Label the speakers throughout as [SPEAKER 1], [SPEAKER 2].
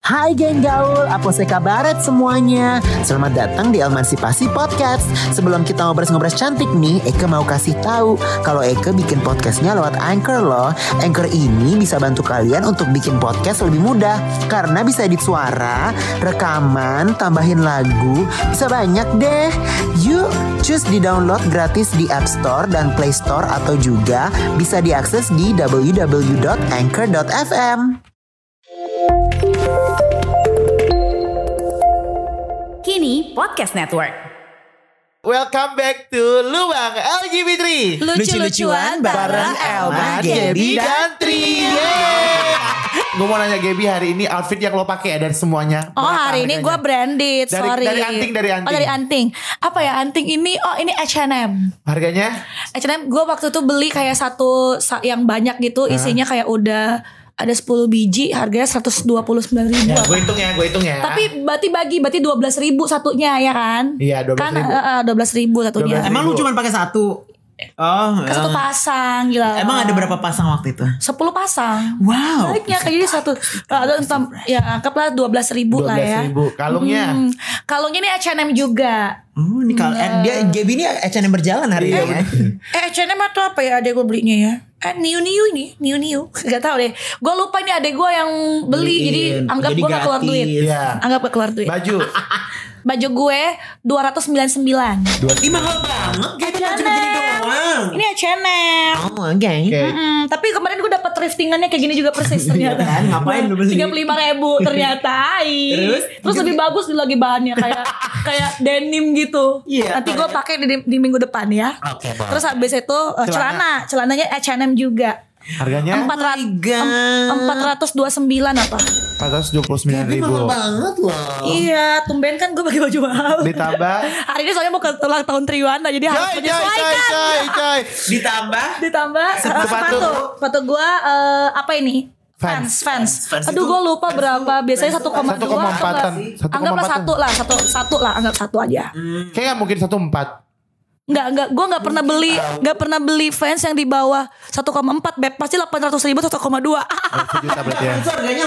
[SPEAKER 1] Hai geng gaul, apa kabaret semuanya? Selamat datang di Emansipasi Podcast. Sebelum kita ngobrol-ngobrol cantik nih, Eke mau kasih tahu kalau Eke bikin podcastnya lewat Anchor loh. Anchor ini bisa bantu kalian untuk bikin podcast lebih mudah karena bisa edit suara, rekaman, tambahin lagu, bisa banyak deh. Yuk, cus di download gratis di App Store dan Play Store atau juga bisa diakses di www.anchor.fm.
[SPEAKER 2] Kini Podcast Network.
[SPEAKER 3] Welcome back to Luang LGBT
[SPEAKER 2] Lucu-lucuan bareng Elma, Gaby, dan Tri.
[SPEAKER 3] Gue mau nanya Gaby hari ini outfit yang lo pakai dan semuanya
[SPEAKER 4] Oh
[SPEAKER 3] berapa
[SPEAKER 4] hari ini
[SPEAKER 3] harganya?
[SPEAKER 4] gue branded,
[SPEAKER 3] Dari-
[SPEAKER 4] sorry.
[SPEAKER 3] dari anting, dari anting.
[SPEAKER 4] Oh dari anting. Apa ya anting ini? Oh ini H&M.
[SPEAKER 3] Harganya?
[SPEAKER 4] H&M gue waktu itu beli kayak satu sa- yang banyak gitu. Isinya kayak udah ada 10 biji. Harganya 129 ribu.
[SPEAKER 3] Ya, gue hitung ya, gue hitung ya
[SPEAKER 4] Tapi berarti bagi, berarti 12 ribu satunya ya kan?
[SPEAKER 3] Iya, 12.000.
[SPEAKER 4] Kan dua belas ribu satunya.
[SPEAKER 3] 12.000.
[SPEAKER 5] Emang lu cuma pakai satu? Oh,
[SPEAKER 4] Kan Satu
[SPEAKER 5] eh.
[SPEAKER 4] pasang gila.
[SPEAKER 5] Emang ada berapa pasang waktu itu?
[SPEAKER 4] 10 pasang.
[SPEAKER 5] Wow.
[SPEAKER 4] Baiknya kayak jadi satu. Ada enam- ya anggaplah 12 ribu lah ya.
[SPEAKER 3] 12.000. Kalungnya?
[SPEAKER 4] Hmm. Kalungnya ini H&M juga.
[SPEAKER 5] Oh, ini kalau eh, dia Gaby ini H&M berjalan hari ini. ya.
[SPEAKER 4] Eh H&M atau apa ya adek gue belinya ya? Eh Niu Niu ini, Niu Niu. Gak tau deh. Gue lupa ini adek gue yang beli
[SPEAKER 5] Beliin. Oh,
[SPEAKER 4] jadi anggap
[SPEAKER 5] Jadi
[SPEAKER 4] gue gak keluar
[SPEAKER 5] gratis.
[SPEAKER 4] duit.
[SPEAKER 3] Iya.
[SPEAKER 4] Anggap gak keluar duit.
[SPEAKER 3] Baju
[SPEAKER 4] Baju gue 299.
[SPEAKER 5] Ih mahal banget Gaby baju begini doang.
[SPEAKER 4] Ini H&M.
[SPEAKER 5] Oh, geng.
[SPEAKER 3] Oke.
[SPEAKER 4] Hmm, tapi kemarin gue dapet thriftingannya kayak gini juga persis ternyata.
[SPEAKER 5] Kan, ngapain lu beli?
[SPEAKER 4] Tiga puluh lima ribu ternyata. Hai.
[SPEAKER 5] Terus? Gitu.
[SPEAKER 4] Terus lebih bagus lagi bahannya kayak kayak denim gitu.
[SPEAKER 5] Iya.
[SPEAKER 4] Nanti gue pakai di, di minggu depan ya.
[SPEAKER 5] Oke, Bang.
[SPEAKER 4] Terus habis itu eh,
[SPEAKER 3] Celana.
[SPEAKER 4] celana, celananya H&M juga.
[SPEAKER 3] Harganya?
[SPEAKER 4] Empat
[SPEAKER 5] Oh my God.
[SPEAKER 4] ratus dua sembilan apa?
[SPEAKER 3] 429 ribu
[SPEAKER 5] Mahal banget loh.
[SPEAKER 4] Iya, tumben kan gue pakai baju mahal.
[SPEAKER 3] Ditambah
[SPEAKER 4] Hari ini soalnya mau ke ulang tahun Triwana jadi harus
[SPEAKER 3] Coy, coy, coy,
[SPEAKER 4] Nah, menyesuaikan.
[SPEAKER 3] coy, coy
[SPEAKER 5] Ditambah
[SPEAKER 4] Ditambah eh,
[SPEAKER 3] Sepatu.
[SPEAKER 4] sepatu, sepatu gue eh, apa ini?
[SPEAKER 3] Vans.
[SPEAKER 4] Fans, fans.
[SPEAKER 5] Vans
[SPEAKER 4] Aduh,
[SPEAKER 5] itu-
[SPEAKER 4] gue lupa
[SPEAKER 5] Vans
[SPEAKER 4] berapa.
[SPEAKER 5] itu-
[SPEAKER 4] Biasanya
[SPEAKER 5] Vans itu
[SPEAKER 3] 1,4
[SPEAKER 4] 1,2
[SPEAKER 3] -an.
[SPEAKER 4] Anggap-
[SPEAKER 3] 1,4 -an.
[SPEAKER 4] Anggaplah satu Hmm. lah, satu satu lah, anggap satu aja.
[SPEAKER 3] Kayaknya nggak mungkin 14
[SPEAKER 4] Enggak, enggak, gue nggak pernah beli, nggak pernah beli fans yang di bawah 1,4 beb. Pasti 800 ribu 1,2
[SPEAKER 3] Sejuta berarti ya
[SPEAKER 5] itu harganya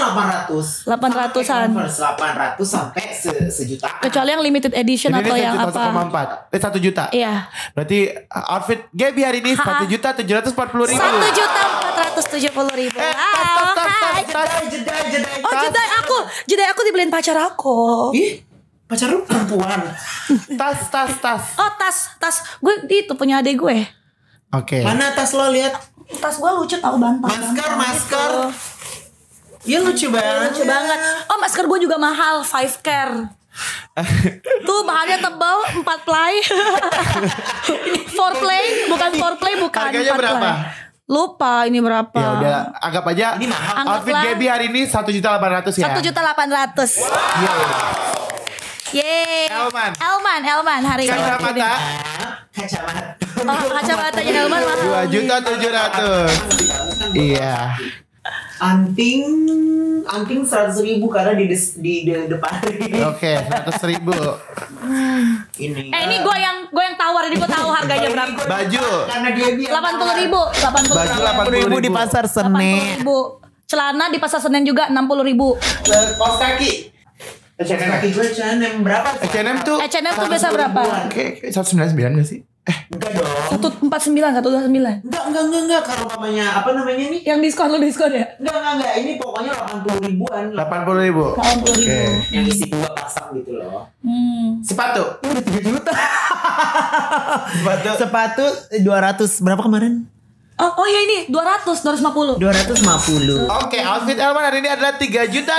[SPEAKER 5] 800.
[SPEAKER 4] 800-an.
[SPEAKER 5] Pakai Converse 800 sampai se sejutaan.
[SPEAKER 4] Kecuali yang limited edition
[SPEAKER 3] Jadi
[SPEAKER 4] atau
[SPEAKER 3] ini
[SPEAKER 4] yang
[SPEAKER 3] 1,4.
[SPEAKER 4] ya? apa?
[SPEAKER 3] Eh 1 juta
[SPEAKER 4] Iya.
[SPEAKER 3] Berarti outfit Gaby hari ini
[SPEAKER 4] Ha-ha.
[SPEAKER 3] 1 juta 740 ribu
[SPEAKER 4] Satu juta empat ratus tujuh puluh ribu.
[SPEAKER 3] Eh, stop, stop, stop,
[SPEAKER 4] Hai.
[SPEAKER 3] stop, stop.
[SPEAKER 5] jeda jeda.
[SPEAKER 4] Oh jedai aku, jedai aku dibeliin pacar aku.
[SPEAKER 5] Ih, pacar lu perempuan.
[SPEAKER 3] Tas, tas, tas.
[SPEAKER 4] Oh tas, tas gue itu punya adek gue.
[SPEAKER 3] Oke.
[SPEAKER 5] Mana tas lo lihat?
[SPEAKER 4] Tas gue lucu tau bantal.
[SPEAKER 5] Masker,
[SPEAKER 4] Bantal
[SPEAKER 5] masker.
[SPEAKER 4] gitu.
[SPEAKER 5] Ya lucu banget.
[SPEAKER 4] Lucu banget. Oh masker gue juga mahal, five care. Tuh bahannya tebal, empat ply. four play, bukan four play, bukan
[SPEAKER 3] Harganya
[SPEAKER 4] empat
[SPEAKER 3] berapa?
[SPEAKER 4] ply. Lupa ini berapa?
[SPEAKER 3] Ya udah, anggap aja
[SPEAKER 5] Ini mahal.
[SPEAKER 3] outfit
[SPEAKER 4] Anggaplah.
[SPEAKER 3] Gaby hari ini 1.800 ya. Iya.
[SPEAKER 4] Satu juta delapan ratus. Yeay.
[SPEAKER 3] Elman.
[SPEAKER 4] Elman, Elman hari
[SPEAKER 3] Kan
[SPEAKER 4] ini.
[SPEAKER 3] Kacamata
[SPEAKER 5] Kacamata.
[SPEAKER 4] Oh, kacamatanya Elman
[SPEAKER 3] 2
[SPEAKER 4] mahal.
[SPEAKER 3] juta 700. Iya.
[SPEAKER 5] Anting, anting seratus ribu karena di des- di, de- depan
[SPEAKER 3] Oke, 100 ribu.
[SPEAKER 5] ini.
[SPEAKER 4] Eh ini gue yang gue yang tawar ini gue tahu harganya berapa?
[SPEAKER 3] Baju.
[SPEAKER 5] Karena dia dia.
[SPEAKER 4] Delapan puluh ribu, delapan puluh
[SPEAKER 3] Baju 80 ribu.
[SPEAKER 5] di pasar Senen.
[SPEAKER 4] ribu. Celana di pasar Senen juga enam puluh ribu.
[SPEAKER 5] Kaos kaki. Kaos kaki gue H&M berapa?
[SPEAKER 3] H&M tuh
[SPEAKER 4] H&M tuh biasa berapa?
[SPEAKER 3] Oke, 199 gak sih? Eh,
[SPEAKER 5] Enggak dong.
[SPEAKER 4] Satu empat sembilan, satu dua sembilan.
[SPEAKER 5] Enggak, enggak, enggak, enggak. Kalau mamanya apa namanya nih?
[SPEAKER 4] Yang diskon lu diskon ya?
[SPEAKER 5] Enggak, enggak, enggak. Ini pokoknya 80 ribuan.
[SPEAKER 3] 80 ribu.
[SPEAKER 4] Tahun dua ribu.
[SPEAKER 3] Oke.
[SPEAKER 5] Yang isi dua pasang gitu loh.
[SPEAKER 4] Hmm.
[SPEAKER 3] Sepatu.
[SPEAKER 5] Udah 3 juta.
[SPEAKER 3] Sepatu.
[SPEAKER 5] Sepatu 200 berapa kemarin?
[SPEAKER 4] Oh, oh ya ini 200, 250.
[SPEAKER 5] 250.
[SPEAKER 3] Oke, outfit Elman hari ini adalah 3 juta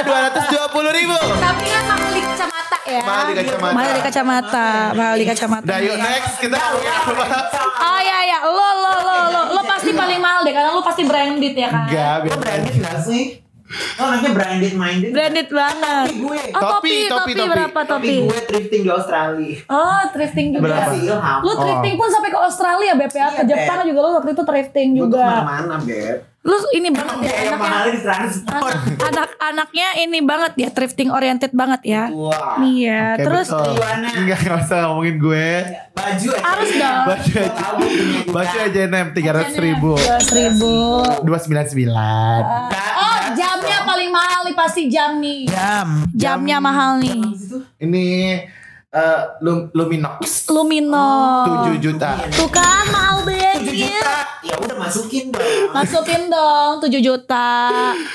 [SPEAKER 3] 220 ribu.
[SPEAKER 4] Tapi kan mahal di kacamata ya.
[SPEAKER 3] Mahal di kacamata.
[SPEAKER 4] Mahal di kacamata. Mahal di kacamata.
[SPEAKER 3] Udah Nah, yuk next kita ngomongin apa?
[SPEAKER 4] Oh ya ya, lo lo lo lo lo pasti paling mahal deh karena lo pasti branded ya kan.
[SPEAKER 3] Enggak,
[SPEAKER 5] Lo
[SPEAKER 3] biasa.
[SPEAKER 5] branded gak sih? Lo anaknya branded minded.
[SPEAKER 4] Branded banget.
[SPEAKER 5] Topi gue.
[SPEAKER 4] Oh, topi,
[SPEAKER 3] Topi, topi,
[SPEAKER 4] topi,
[SPEAKER 3] topi.
[SPEAKER 4] berapa
[SPEAKER 5] Tapi
[SPEAKER 4] topi?
[SPEAKER 5] gue thrifting di Australia.
[SPEAKER 4] Oh, thrifting juga.
[SPEAKER 3] Berapa?
[SPEAKER 5] Kasih ilham.
[SPEAKER 4] Lu thrifting pun sampai ke Australia Beb ya, ke
[SPEAKER 5] Iya,
[SPEAKER 4] Jepang juga lu waktu itu thrifting
[SPEAKER 5] Gue tuh
[SPEAKER 4] juga.
[SPEAKER 5] kemana-mana, Beb.
[SPEAKER 4] Lu ini banget ya
[SPEAKER 5] Yang
[SPEAKER 4] anaknya.
[SPEAKER 5] mahalnya di transport.
[SPEAKER 4] Anak, anaknya ini banget ya, thrifting oriented banget ya.
[SPEAKER 5] Wah.
[SPEAKER 4] Iya,
[SPEAKER 3] Kayak
[SPEAKER 4] terus
[SPEAKER 3] betul.
[SPEAKER 5] Iwana.
[SPEAKER 3] Enggak, enggak usah ngomongin gue.
[SPEAKER 5] Baju aja.
[SPEAKER 4] harus dong.
[SPEAKER 3] Baju aja. Baju aja NM 300 ribu.
[SPEAKER 4] Seribu.
[SPEAKER 3] 299.
[SPEAKER 4] Oh, jamnya paling mahal nih yang pasti jam nih.
[SPEAKER 5] Iya.
[SPEAKER 2] Jam.
[SPEAKER 4] Jamnya mahal nih.
[SPEAKER 3] Ini eh, Lum- Luminox
[SPEAKER 4] Lumino.
[SPEAKER 3] 7 juta.
[SPEAKER 4] Tuh kan mahal banget. Iya.
[SPEAKER 5] Ya udah masukin dong.
[SPEAKER 4] Masukin dong 7 juta.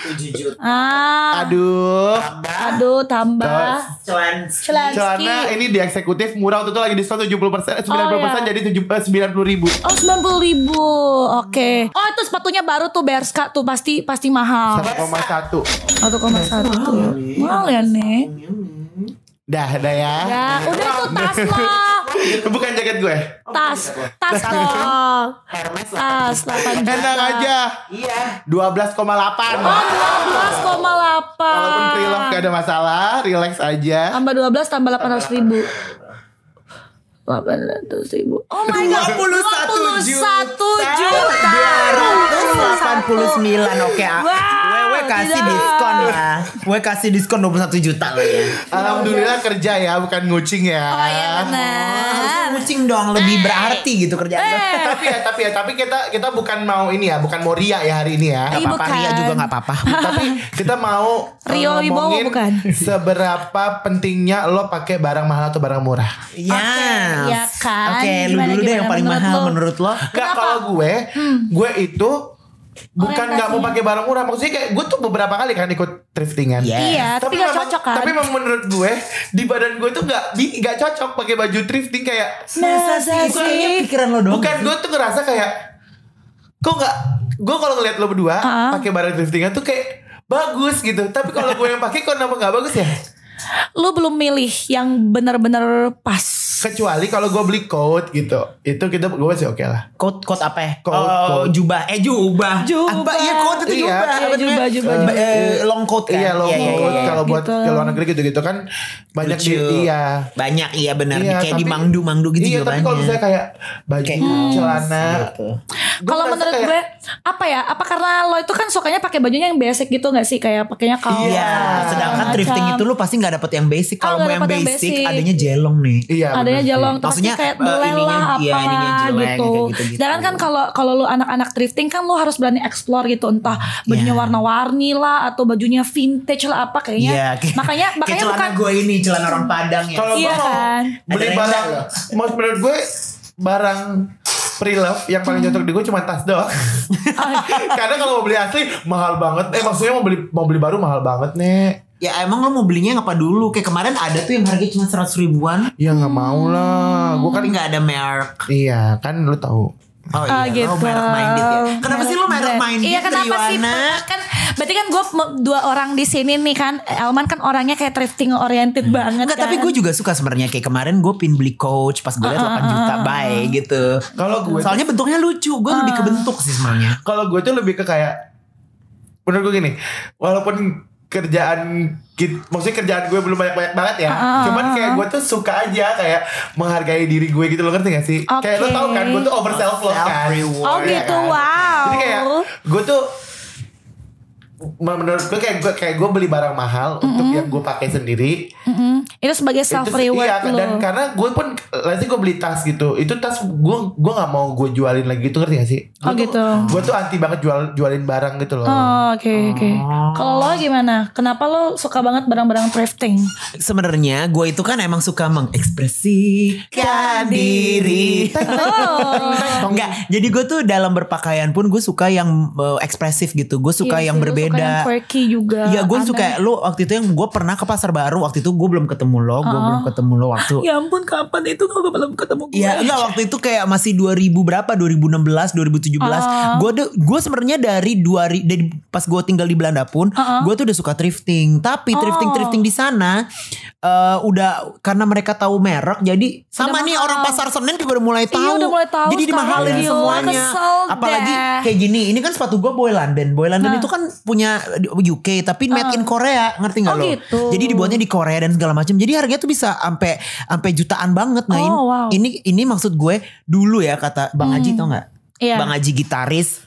[SPEAKER 5] 7 juta.
[SPEAKER 4] Ah.
[SPEAKER 3] Aduh.
[SPEAKER 4] Aduh tambah.
[SPEAKER 5] Celan.
[SPEAKER 3] Celana ini di eksekutif murah waktu itu lagi diskon 70% eh, 90%
[SPEAKER 4] Oh, iya.
[SPEAKER 3] jadi 7 90 ribu.
[SPEAKER 4] Oh 90 ribu Oke Oh itu sepatunya baru tuh Berska tuh Pasti pasti mahal
[SPEAKER 3] 1,1.
[SPEAKER 4] 1,1 Mahal ya nih
[SPEAKER 3] Dah, dah ya.
[SPEAKER 4] Ya udah itu tas lah
[SPEAKER 3] Bukan jaket gue.
[SPEAKER 4] Tas Tas dong
[SPEAKER 5] Hermes lah.
[SPEAKER 4] Tas 8 juta
[SPEAKER 3] Enak aja.
[SPEAKER 5] Iya.
[SPEAKER 3] 12,8.
[SPEAKER 4] Oh 12,8
[SPEAKER 3] Walaupun pre-love gak ada masalah, relax aja.
[SPEAKER 4] Tambah 12 tambah 800 ribu 800 ribu Oh my god
[SPEAKER 2] 21
[SPEAKER 4] 21 juta
[SPEAKER 2] 289 oke ah.
[SPEAKER 4] Wah,
[SPEAKER 2] Wewe kasih
[SPEAKER 4] gila.
[SPEAKER 2] diskon lah Wewe kasih diskon 21 juta lah ya
[SPEAKER 3] Alhamdulillah kerja ya, bukan ngucing ya.
[SPEAKER 4] Oh iya benar.
[SPEAKER 2] Harusnya kucing doang
[SPEAKER 4] Eh.
[SPEAKER 2] lebih berarti gitu kerjaan lo.
[SPEAKER 3] tapi ya, tapi ya, tapi kita kita bukan mau ini ya, bukan mau ria ya hari ini ya.
[SPEAKER 4] Iya,
[SPEAKER 2] Apa-apa
[SPEAKER 4] bukan.
[SPEAKER 2] Ria juga gak apa-apa
[SPEAKER 3] tapi kita mau eh,
[SPEAKER 4] Rio Wibowo
[SPEAKER 3] ngomongin
[SPEAKER 4] bukan?
[SPEAKER 3] seberapa pentingnya lo pakai barang mahal atau barang murah.
[SPEAKER 2] Yes.
[SPEAKER 4] iya kan.
[SPEAKER 2] Oke lu
[SPEAKER 4] Gimana,
[SPEAKER 2] dulu deh yang
[SPEAKER 4] gimana
[SPEAKER 2] paling
[SPEAKER 4] menurut
[SPEAKER 2] mahal
[SPEAKER 4] lo?
[SPEAKER 2] menurut lo
[SPEAKER 3] Gak kalau gue,
[SPEAKER 4] Hmm.
[SPEAKER 3] gue itu bukan nggak mau pakai barang murah maksudnya kayak gue tuh beberapa kali kan ikut thriftingan.
[SPEAKER 2] Iya.
[SPEAKER 4] Iya, tapi gak
[SPEAKER 3] memang-
[SPEAKER 4] cocok kan.
[SPEAKER 3] Tapi memang menurut gue di badan gue tuh nggak bi- nggak cocok pakai baju thrifting kayak
[SPEAKER 2] Masa
[SPEAKER 4] Nah,
[SPEAKER 2] sih Kayaknya pikiran lo doang
[SPEAKER 3] Bukan gue tuh ngerasa kayak kok nggak gue kalau ngeliat lo berdua
[SPEAKER 4] Ah.
[SPEAKER 3] pakai barang thriftingan tuh kayak bagus gitu. Tapi kalau gue yang pakai kok kenapa nggak bagus ya?
[SPEAKER 4] Lu belum milih yang benar-benar pas.
[SPEAKER 3] Kecuali kalau gue beli coat gitu, itu kita gue masih oke lah.
[SPEAKER 2] Coat coat apa ya?
[SPEAKER 3] Coat,
[SPEAKER 2] oh,
[SPEAKER 3] coat.
[SPEAKER 2] jubah. Eh jubah.
[SPEAKER 4] Jubah.
[SPEAKER 2] Apa iya coat itu
[SPEAKER 3] Iya.
[SPEAKER 2] jubah.
[SPEAKER 4] Iya,
[SPEAKER 2] Apa namanya?
[SPEAKER 4] jubah, jubah,
[SPEAKER 2] Eh,
[SPEAKER 4] jubah.
[SPEAKER 2] eh, long coat kan.
[SPEAKER 3] Iya lo coat kalau buat
[SPEAKER 4] gitu.
[SPEAKER 3] ke luar negeri gitu-gitu kan banyak
[SPEAKER 2] Lucu.
[SPEAKER 3] di- iya.
[SPEAKER 2] Banyak iya benar
[SPEAKER 3] Iya,
[SPEAKER 2] kayak di
[SPEAKER 3] tapi-
[SPEAKER 2] mangdu mangdu gitu
[SPEAKER 3] iya,
[SPEAKER 2] juga
[SPEAKER 3] tapi kalau
[SPEAKER 2] banyak.
[SPEAKER 3] misalnya kayak baju,
[SPEAKER 2] Kayak
[SPEAKER 3] celana.
[SPEAKER 2] gitu.
[SPEAKER 3] Gua
[SPEAKER 4] Kalau
[SPEAKER 3] ngerasa
[SPEAKER 4] menurut
[SPEAKER 3] kayak-
[SPEAKER 4] gue apa ya? Apa karena lo itu kan sukanya pakai bajunya yang basic gitu nggak sih? Kayak pakainya kaos.
[SPEAKER 2] Iya,
[SPEAKER 4] segala
[SPEAKER 2] sedangkan
[SPEAKER 4] macam.
[SPEAKER 2] thrifting itu lu pasti nggak dapet yang basic.
[SPEAKER 4] Oh,
[SPEAKER 2] Kalau mau
[SPEAKER 4] nggak
[SPEAKER 2] yang
[SPEAKER 4] dapet yang
[SPEAKER 2] basic,
[SPEAKER 4] basic.
[SPEAKER 2] adanya jelong nih.
[SPEAKER 3] Iya. bener
[SPEAKER 4] adanya
[SPEAKER 3] sih.
[SPEAKER 4] jalan tuh pasti
[SPEAKER 2] Maksudnya,
[SPEAKER 4] kayak
[SPEAKER 2] eh,
[SPEAKER 4] belai
[SPEAKER 2] ininya-
[SPEAKER 4] lah
[SPEAKER 2] iya,
[SPEAKER 4] apa
[SPEAKER 2] ininya jelek,
[SPEAKER 4] gitu.
[SPEAKER 2] kayak gitu-gitu.
[SPEAKER 4] Sedangkan kan kalau kalau lu anak-anak thrifting kan lu harus berani explore gitu entah bajunya
[SPEAKER 2] Iya.
[SPEAKER 4] warna-warni lah atau bajunya vintage lah apa kayaknya.
[SPEAKER 2] Iya. kayak-
[SPEAKER 4] makanya
[SPEAKER 2] kayak
[SPEAKER 4] makanya
[SPEAKER 2] celana
[SPEAKER 4] bukan
[SPEAKER 2] gue ini celana orang Padang ya.
[SPEAKER 3] Kalau
[SPEAKER 4] Iya
[SPEAKER 3] gua mau
[SPEAKER 4] kan?
[SPEAKER 3] beli
[SPEAKER 2] Ada
[SPEAKER 3] barang,
[SPEAKER 2] rendang.
[SPEAKER 3] mas menurut gue barang pre-love yang paling
[SPEAKER 4] Hmm.
[SPEAKER 3] cocok di gue cuma tas doang.
[SPEAKER 4] Oh.
[SPEAKER 3] Karena kalau mau beli asli mahal banget. Eh maksudnya mau beli mau beli baru mahal banget nek.
[SPEAKER 2] ya emang lo mau belinya yang apa dulu? Kayak kemarin ada tuh yang harganya cuma 100 ribuan,
[SPEAKER 3] Ya nggak mau lah. Gue kan
[SPEAKER 4] Hmm.
[SPEAKER 2] tapi nggak ada merek.
[SPEAKER 3] Iya kan lu tahu.
[SPEAKER 2] Oh
[SPEAKER 4] Ah,
[SPEAKER 2] iya,
[SPEAKER 4] gitu.
[SPEAKER 2] lo merek minded ya. Kenapa sih lo merek
[SPEAKER 4] brand.
[SPEAKER 2] minded?
[SPEAKER 4] Iya kenapa sih?
[SPEAKER 2] Riwana?
[SPEAKER 4] Kan berarti kan gue dua orang di sini nih kan. Elman kan orangnya kayak thrifting oriented
[SPEAKER 2] Hmm.
[SPEAKER 4] banget.
[SPEAKER 2] Enggak,
[SPEAKER 4] kan. Ah,
[SPEAKER 2] tapi gue juga suka sebenarnya kayak kemarin gue pin beli coach pas gue liat 8 juta bye gitu.
[SPEAKER 3] Kalau gue
[SPEAKER 2] Soalnya bentuknya lucu, gue
[SPEAKER 4] Ah.
[SPEAKER 2] lebih kebentuk sih sebenarnya.
[SPEAKER 3] kalau gue tuh lebih ke kayak menurut gue gini walaupun kerjaan kit- maksudnya kerjaan gue belum banyak banyak banget ya cuman kayak gue tuh suka aja kayak menghargai diri gue gitu lo ngerti gak sih kayak lo
[SPEAKER 4] Oke.
[SPEAKER 3] tau kan gue tuh over self love kan
[SPEAKER 2] Self-reward.
[SPEAKER 4] Oh
[SPEAKER 3] Iya
[SPEAKER 4] gitu,
[SPEAKER 3] kan?
[SPEAKER 4] wow.
[SPEAKER 3] jadi kayak gue tuh menurut gue kayak gue kayak gue beli barang mahal untuk yang gue pakai sendiri
[SPEAKER 4] Mm-mm. Itu sebagai
[SPEAKER 3] Itu-
[SPEAKER 4] self reward
[SPEAKER 3] iya,
[SPEAKER 4] lo.
[SPEAKER 3] dan karena gue pun let's say gue beli tas gitu itu tas gue gue nggak mau gue jualin lagi gitu ngerti gak sih
[SPEAKER 4] Oh,
[SPEAKER 3] Gue tuh-
[SPEAKER 4] gitu.
[SPEAKER 3] gue tuh anti banget jual jualin barang gitu loh
[SPEAKER 4] Oh, Oke oke. Kalau lo gimana? Kenapa lo suka banget barang-barang thrifting?
[SPEAKER 2] Sebenarnya gue itu kan emang suka
[SPEAKER 4] Kan
[SPEAKER 2] mengekspresikan diri.
[SPEAKER 4] Oh.
[SPEAKER 2] Enggak, jadi gue tuh dalam berpakaian pun gue suka yang eh, ekspresif gitu. Gue suka
[SPEAKER 4] Iya
[SPEAKER 2] yang
[SPEAKER 4] sih, lo
[SPEAKER 2] berbeda.
[SPEAKER 4] Suka yang quirky juga.
[SPEAKER 2] Iya gue
[SPEAKER 4] aneh.
[SPEAKER 2] suka lu waktu itu yang gue pernah ke pasar baru waktu itu gue belum ketemu lo, gue
[SPEAKER 4] Oh.
[SPEAKER 2] belum ketemu lo waktu.
[SPEAKER 4] Ya ampun kapan itu gue belum ketemu gue.
[SPEAKER 2] Iya enggak waktu itu kayak masih 2000 berapa 2016 2017
[SPEAKER 4] Ah.
[SPEAKER 2] gue tuh gue sebenarnya dari dua ri- dari pas gue tinggal di Belanda pun
[SPEAKER 4] Ah,
[SPEAKER 2] gue tuh udah suka thrifting tapi thrifting
[SPEAKER 4] Oh.
[SPEAKER 2] thrifting di sana eh, udah karena mereka tahu merek jadi sama
[SPEAKER 4] Udah
[SPEAKER 2] nih
[SPEAKER 4] mahal.
[SPEAKER 2] orang pasar Senen juga udah mulai
[SPEAKER 4] Iya,
[SPEAKER 2] tahu
[SPEAKER 4] udah mulai tahu
[SPEAKER 2] jadi
[SPEAKER 4] sekarang.
[SPEAKER 2] dimahalin
[SPEAKER 4] Gila,
[SPEAKER 2] semuanya
[SPEAKER 4] kesel
[SPEAKER 2] apalagi
[SPEAKER 4] deh. Nah.
[SPEAKER 2] kayak gini ini kan sepatu gue boy London boy London itu kan punya UK tapi made in Korea ngerti nggak
[SPEAKER 4] Oh,
[SPEAKER 2] lo
[SPEAKER 4] gitu.
[SPEAKER 2] jadi dibuatnya di Korea dan segala macam jadi harganya tuh bisa sampai sampai jutaan banget nah ini,
[SPEAKER 4] Oh, wow. Hmm.
[SPEAKER 2] ini ini maksud gue dulu ya kata Bang Haji tau nggak?
[SPEAKER 4] Iya.
[SPEAKER 2] Bang Haji gitaris.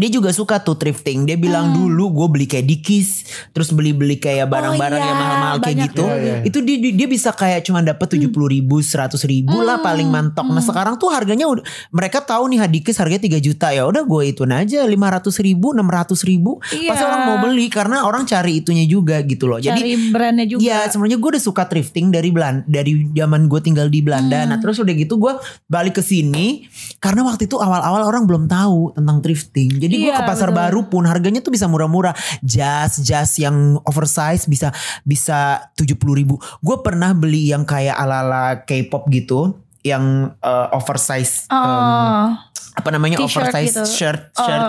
[SPEAKER 2] dia juga suka tuh thrifting. Dia
[SPEAKER 4] Hmm.
[SPEAKER 2] bilang dulu gue beli kayak dikis, terus beli-beli kayak barang-barang
[SPEAKER 4] iya,
[SPEAKER 2] yang mahal-mahal kayak
[SPEAKER 4] banyak Hmm.
[SPEAKER 2] gitu.
[SPEAKER 3] banget. Iya, iya.
[SPEAKER 2] Itu dia dia- dia bisa kayak cuma dapat tujuh puluh ribu, seratus ribu lah paling mantok. Nah sekarang tuh harganya udah mereka tahu nih hadikis harganya 3 juta ya udah gue hitung aja lima ratus ribu, enam ratus ribu. Pasti
[SPEAKER 4] Iya.
[SPEAKER 2] orang mau beli karena orang cari itunya juga gitu loh. Jadi
[SPEAKER 4] Cari brandnya juga.
[SPEAKER 2] Iya, sebenarnya gue udah suka thrifting dari Belanda, dari zaman gue tinggal di Belanda.
[SPEAKER 4] Hmm.
[SPEAKER 2] Nah, terus udah gitu gue balik ke sini karena waktu itu awal-awal orang belum tahu tentang thrifting. Jadi gue
[SPEAKER 4] Iya,
[SPEAKER 2] ke pasar
[SPEAKER 4] betul.
[SPEAKER 2] baru pun harganya tuh bisa murah-murah. Jas, jas yang oversize bisa bisa tujuh ribu. Gue pernah beli yang kayak ala-ala K-pop gitu, yang eh, oversize,
[SPEAKER 4] Oh,
[SPEAKER 2] em, apa namanya
[SPEAKER 4] T-shirt
[SPEAKER 2] oversize
[SPEAKER 4] gitu.
[SPEAKER 2] shirt,
[SPEAKER 4] oh,
[SPEAKER 2] shirt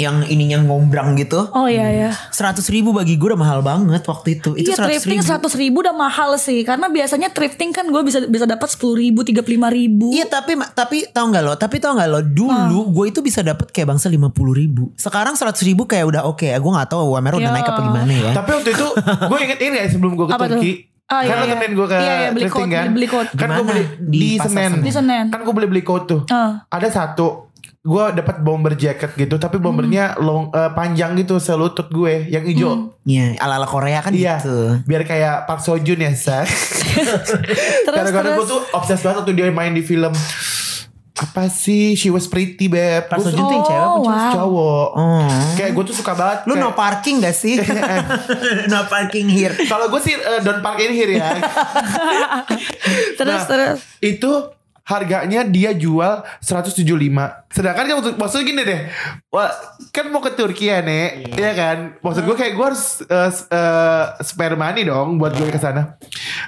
[SPEAKER 2] yang ininya ngombrang gitu.
[SPEAKER 4] oh iya ya.
[SPEAKER 2] Seratus ribu bagi gue udah mahal banget waktu itu. Itu
[SPEAKER 4] Iya
[SPEAKER 2] seratus
[SPEAKER 4] thrifting
[SPEAKER 2] ribu.
[SPEAKER 4] seratus ribu udah mahal sih karena biasanya thrifting kan gue bisa bisa dapat sepuluh ribu tiga puluh lima ribu.
[SPEAKER 2] Iya tapi tapi tau nggak lo? Tapi tau nggak lo? Dulu gue itu bisa dapet kayak bangsa lima puluh ribu. Sekarang seratus ribu kayak udah oke. ya Gue nggak tahu UMR udah
[SPEAKER 4] Iya.
[SPEAKER 2] naik apa gimana ya.
[SPEAKER 3] Tapi waktu itu gue inget ini ya sebelum gue ke
[SPEAKER 4] Apa tuh?
[SPEAKER 3] Turki.
[SPEAKER 4] Ah, iya,
[SPEAKER 3] kan lo
[SPEAKER 4] iya.
[SPEAKER 3] temenin gue ke
[SPEAKER 4] Iya, iya, beli
[SPEAKER 3] thrifting
[SPEAKER 4] coat,
[SPEAKER 3] kan?
[SPEAKER 4] beli coat.
[SPEAKER 3] Kan gue
[SPEAKER 2] Dimana?
[SPEAKER 3] beli
[SPEAKER 2] Di
[SPEAKER 3] di,
[SPEAKER 2] pasar
[SPEAKER 3] Senen.
[SPEAKER 2] Senen.
[SPEAKER 4] Di Senen.
[SPEAKER 3] Kan gue beli beli coat tuh.
[SPEAKER 4] Ah.
[SPEAKER 3] Ada satu gue dapat bomber jacket gitu tapi
[SPEAKER 4] Hmm.
[SPEAKER 3] bombernya long eh, panjang gitu selutut gue yang hijau
[SPEAKER 2] Iya ala ala Korea kan
[SPEAKER 3] iya
[SPEAKER 2] gitu.
[SPEAKER 3] biar kayak Park Seo Joon ya Sar
[SPEAKER 4] Terus
[SPEAKER 3] Karena gue
[SPEAKER 4] terus.
[SPEAKER 3] tuh obses banget waktu dia main di film apa sih She Was Pretty Beb
[SPEAKER 2] Park Seo
[SPEAKER 3] Gua
[SPEAKER 2] Joon tuh yang cewek apa
[SPEAKER 4] Oh,
[SPEAKER 2] cowok?
[SPEAKER 4] wow.
[SPEAKER 3] cowok
[SPEAKER 2] Oh.
[SPEAKER 3] kayak gue tuh suka banget
[SPEAKER 2] Lu no
[SPEAKER 3] kayak-
[SPEAKER 2] parking gak sih? no parking here.
[SPEAKER 3] kalau gue sih eh, don't park in here ya
[SPEAKER 4] Terus
[SPEAKER 3] Nah,
[SPEAKER 4] terus.
[SPEAKER 3] Itu harganya dia jual 175. Sedangkan yang untuk maksudnya gini deh. Wah, kan mau ke Turki ya, Nek. Iya kan? Maksud gue kayak gue harus eh, s- eh, spare money dong buat gue ke sana.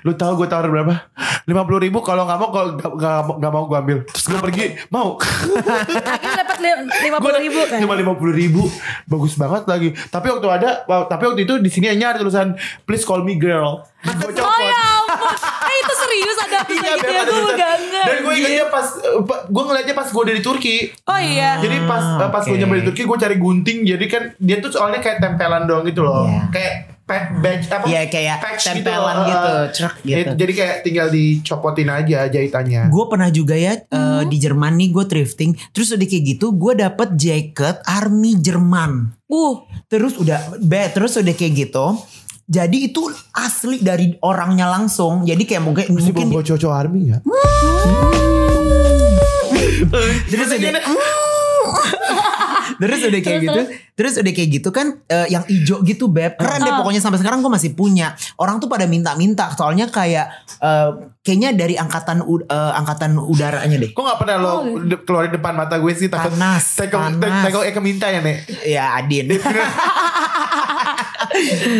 [SPEAKER 3] Lu tahu gue tawar berapa? 50 ribu kalau nggak mau kalau nggak- nggak mau- nggak mau gue ambil. Terus gue pergi, mau.
[SPEAKER 4] Akhirnya dapat lima
[SPEAKER 3] Gua
[SPEAKER 4] puluh ribu kan.
[SPEAKER 3] Cuma 50 ribu. Bagus banget lagi. Tapi waktu ada wa- tapi waktu itu di sini hanya ada tulisan please call me girl. Gue
[SPEAKER 4] Oh
[SPEAKER 3] copot.
[SPEAKER 4] ya ampun. Eh itu serius ada
[SPEAKER 3] Iya,
[SPEAKER 4] gitu
[SPEAKER 3] memang
[SPEAKER 4] ya
[SPEAKER 3] ada
[SPEAKER 4] gue
[SPEAKER 3] tulisan.
[SPEAKER 4] enggak
[SPEAKER 3] Dan gue ingetnya pas Gue ngeliatnya pas gue dari Turki
[SPEAKER 4] Oh iya.
[SPEAKER 3] Jadi pas eh, pas gue
[SPEAKER 2] Ah, oke.
[SPEAKER 3] nyampe di Turki Gue cari gunting Jadi kan Dia tuh soalnya kayak tempelan doang gitu loh
[SPEAKER 2] Iya.
[SPEAKER 3] Kayak patch badge apa
[SPEAKER 2] Iya, kayak
[SPEAKER 3] patch
[SPEAKER 2] tempelan
[SPEAKER 3] loh.
[SPEAKER 2] gitu,
[SPEAKER 3] Eh,
[SPEAKER 2] cerak gitu.
[SPEAKER 3] eh, Jadi kayak tinggal dicopotin aja jahitannya
[SPEAKER 2] Gue pernah juga ya eh, di Jerman nih gue thrifting. Terus udah kayak gitu gue dapet jaket army Jerman.
[SPEAKER 4] Uh.
[SPEAKER 2] Terus udah be, terus udah kayak gitu. Jadi itu asli dari orangnya langsung. Jadi kayak mungkin
[SPEAKER 3] Si
[SPEAKER 2] mungkin
[SPEAKER 3] Bobo Coco Army ya
[SPEAKER 2] terus udah terus udah kayak gitu terus udah kayak gitu kan eh, yang ijo gitu beb keren deh pokoknya sampai sekarang gue masih punya orang tuh pada minta-minta soalnya kayak eh, kayaknya dari angkatan u- eh, angkatan udaranya deh
[SPEAKER 3] Kok gak pernah
[SPEAKER 4] Oh.
[SPEAKER 3] lo de- keluarin depan mata gue sih takut
[SPEAKER 2] Panas,
[SPEAKER 3] Teko, te-
[SPEAKER 2] panas.
[SPEAKER 3] teko Eka minta ya Nek
[SPEAKER 2] ya Adin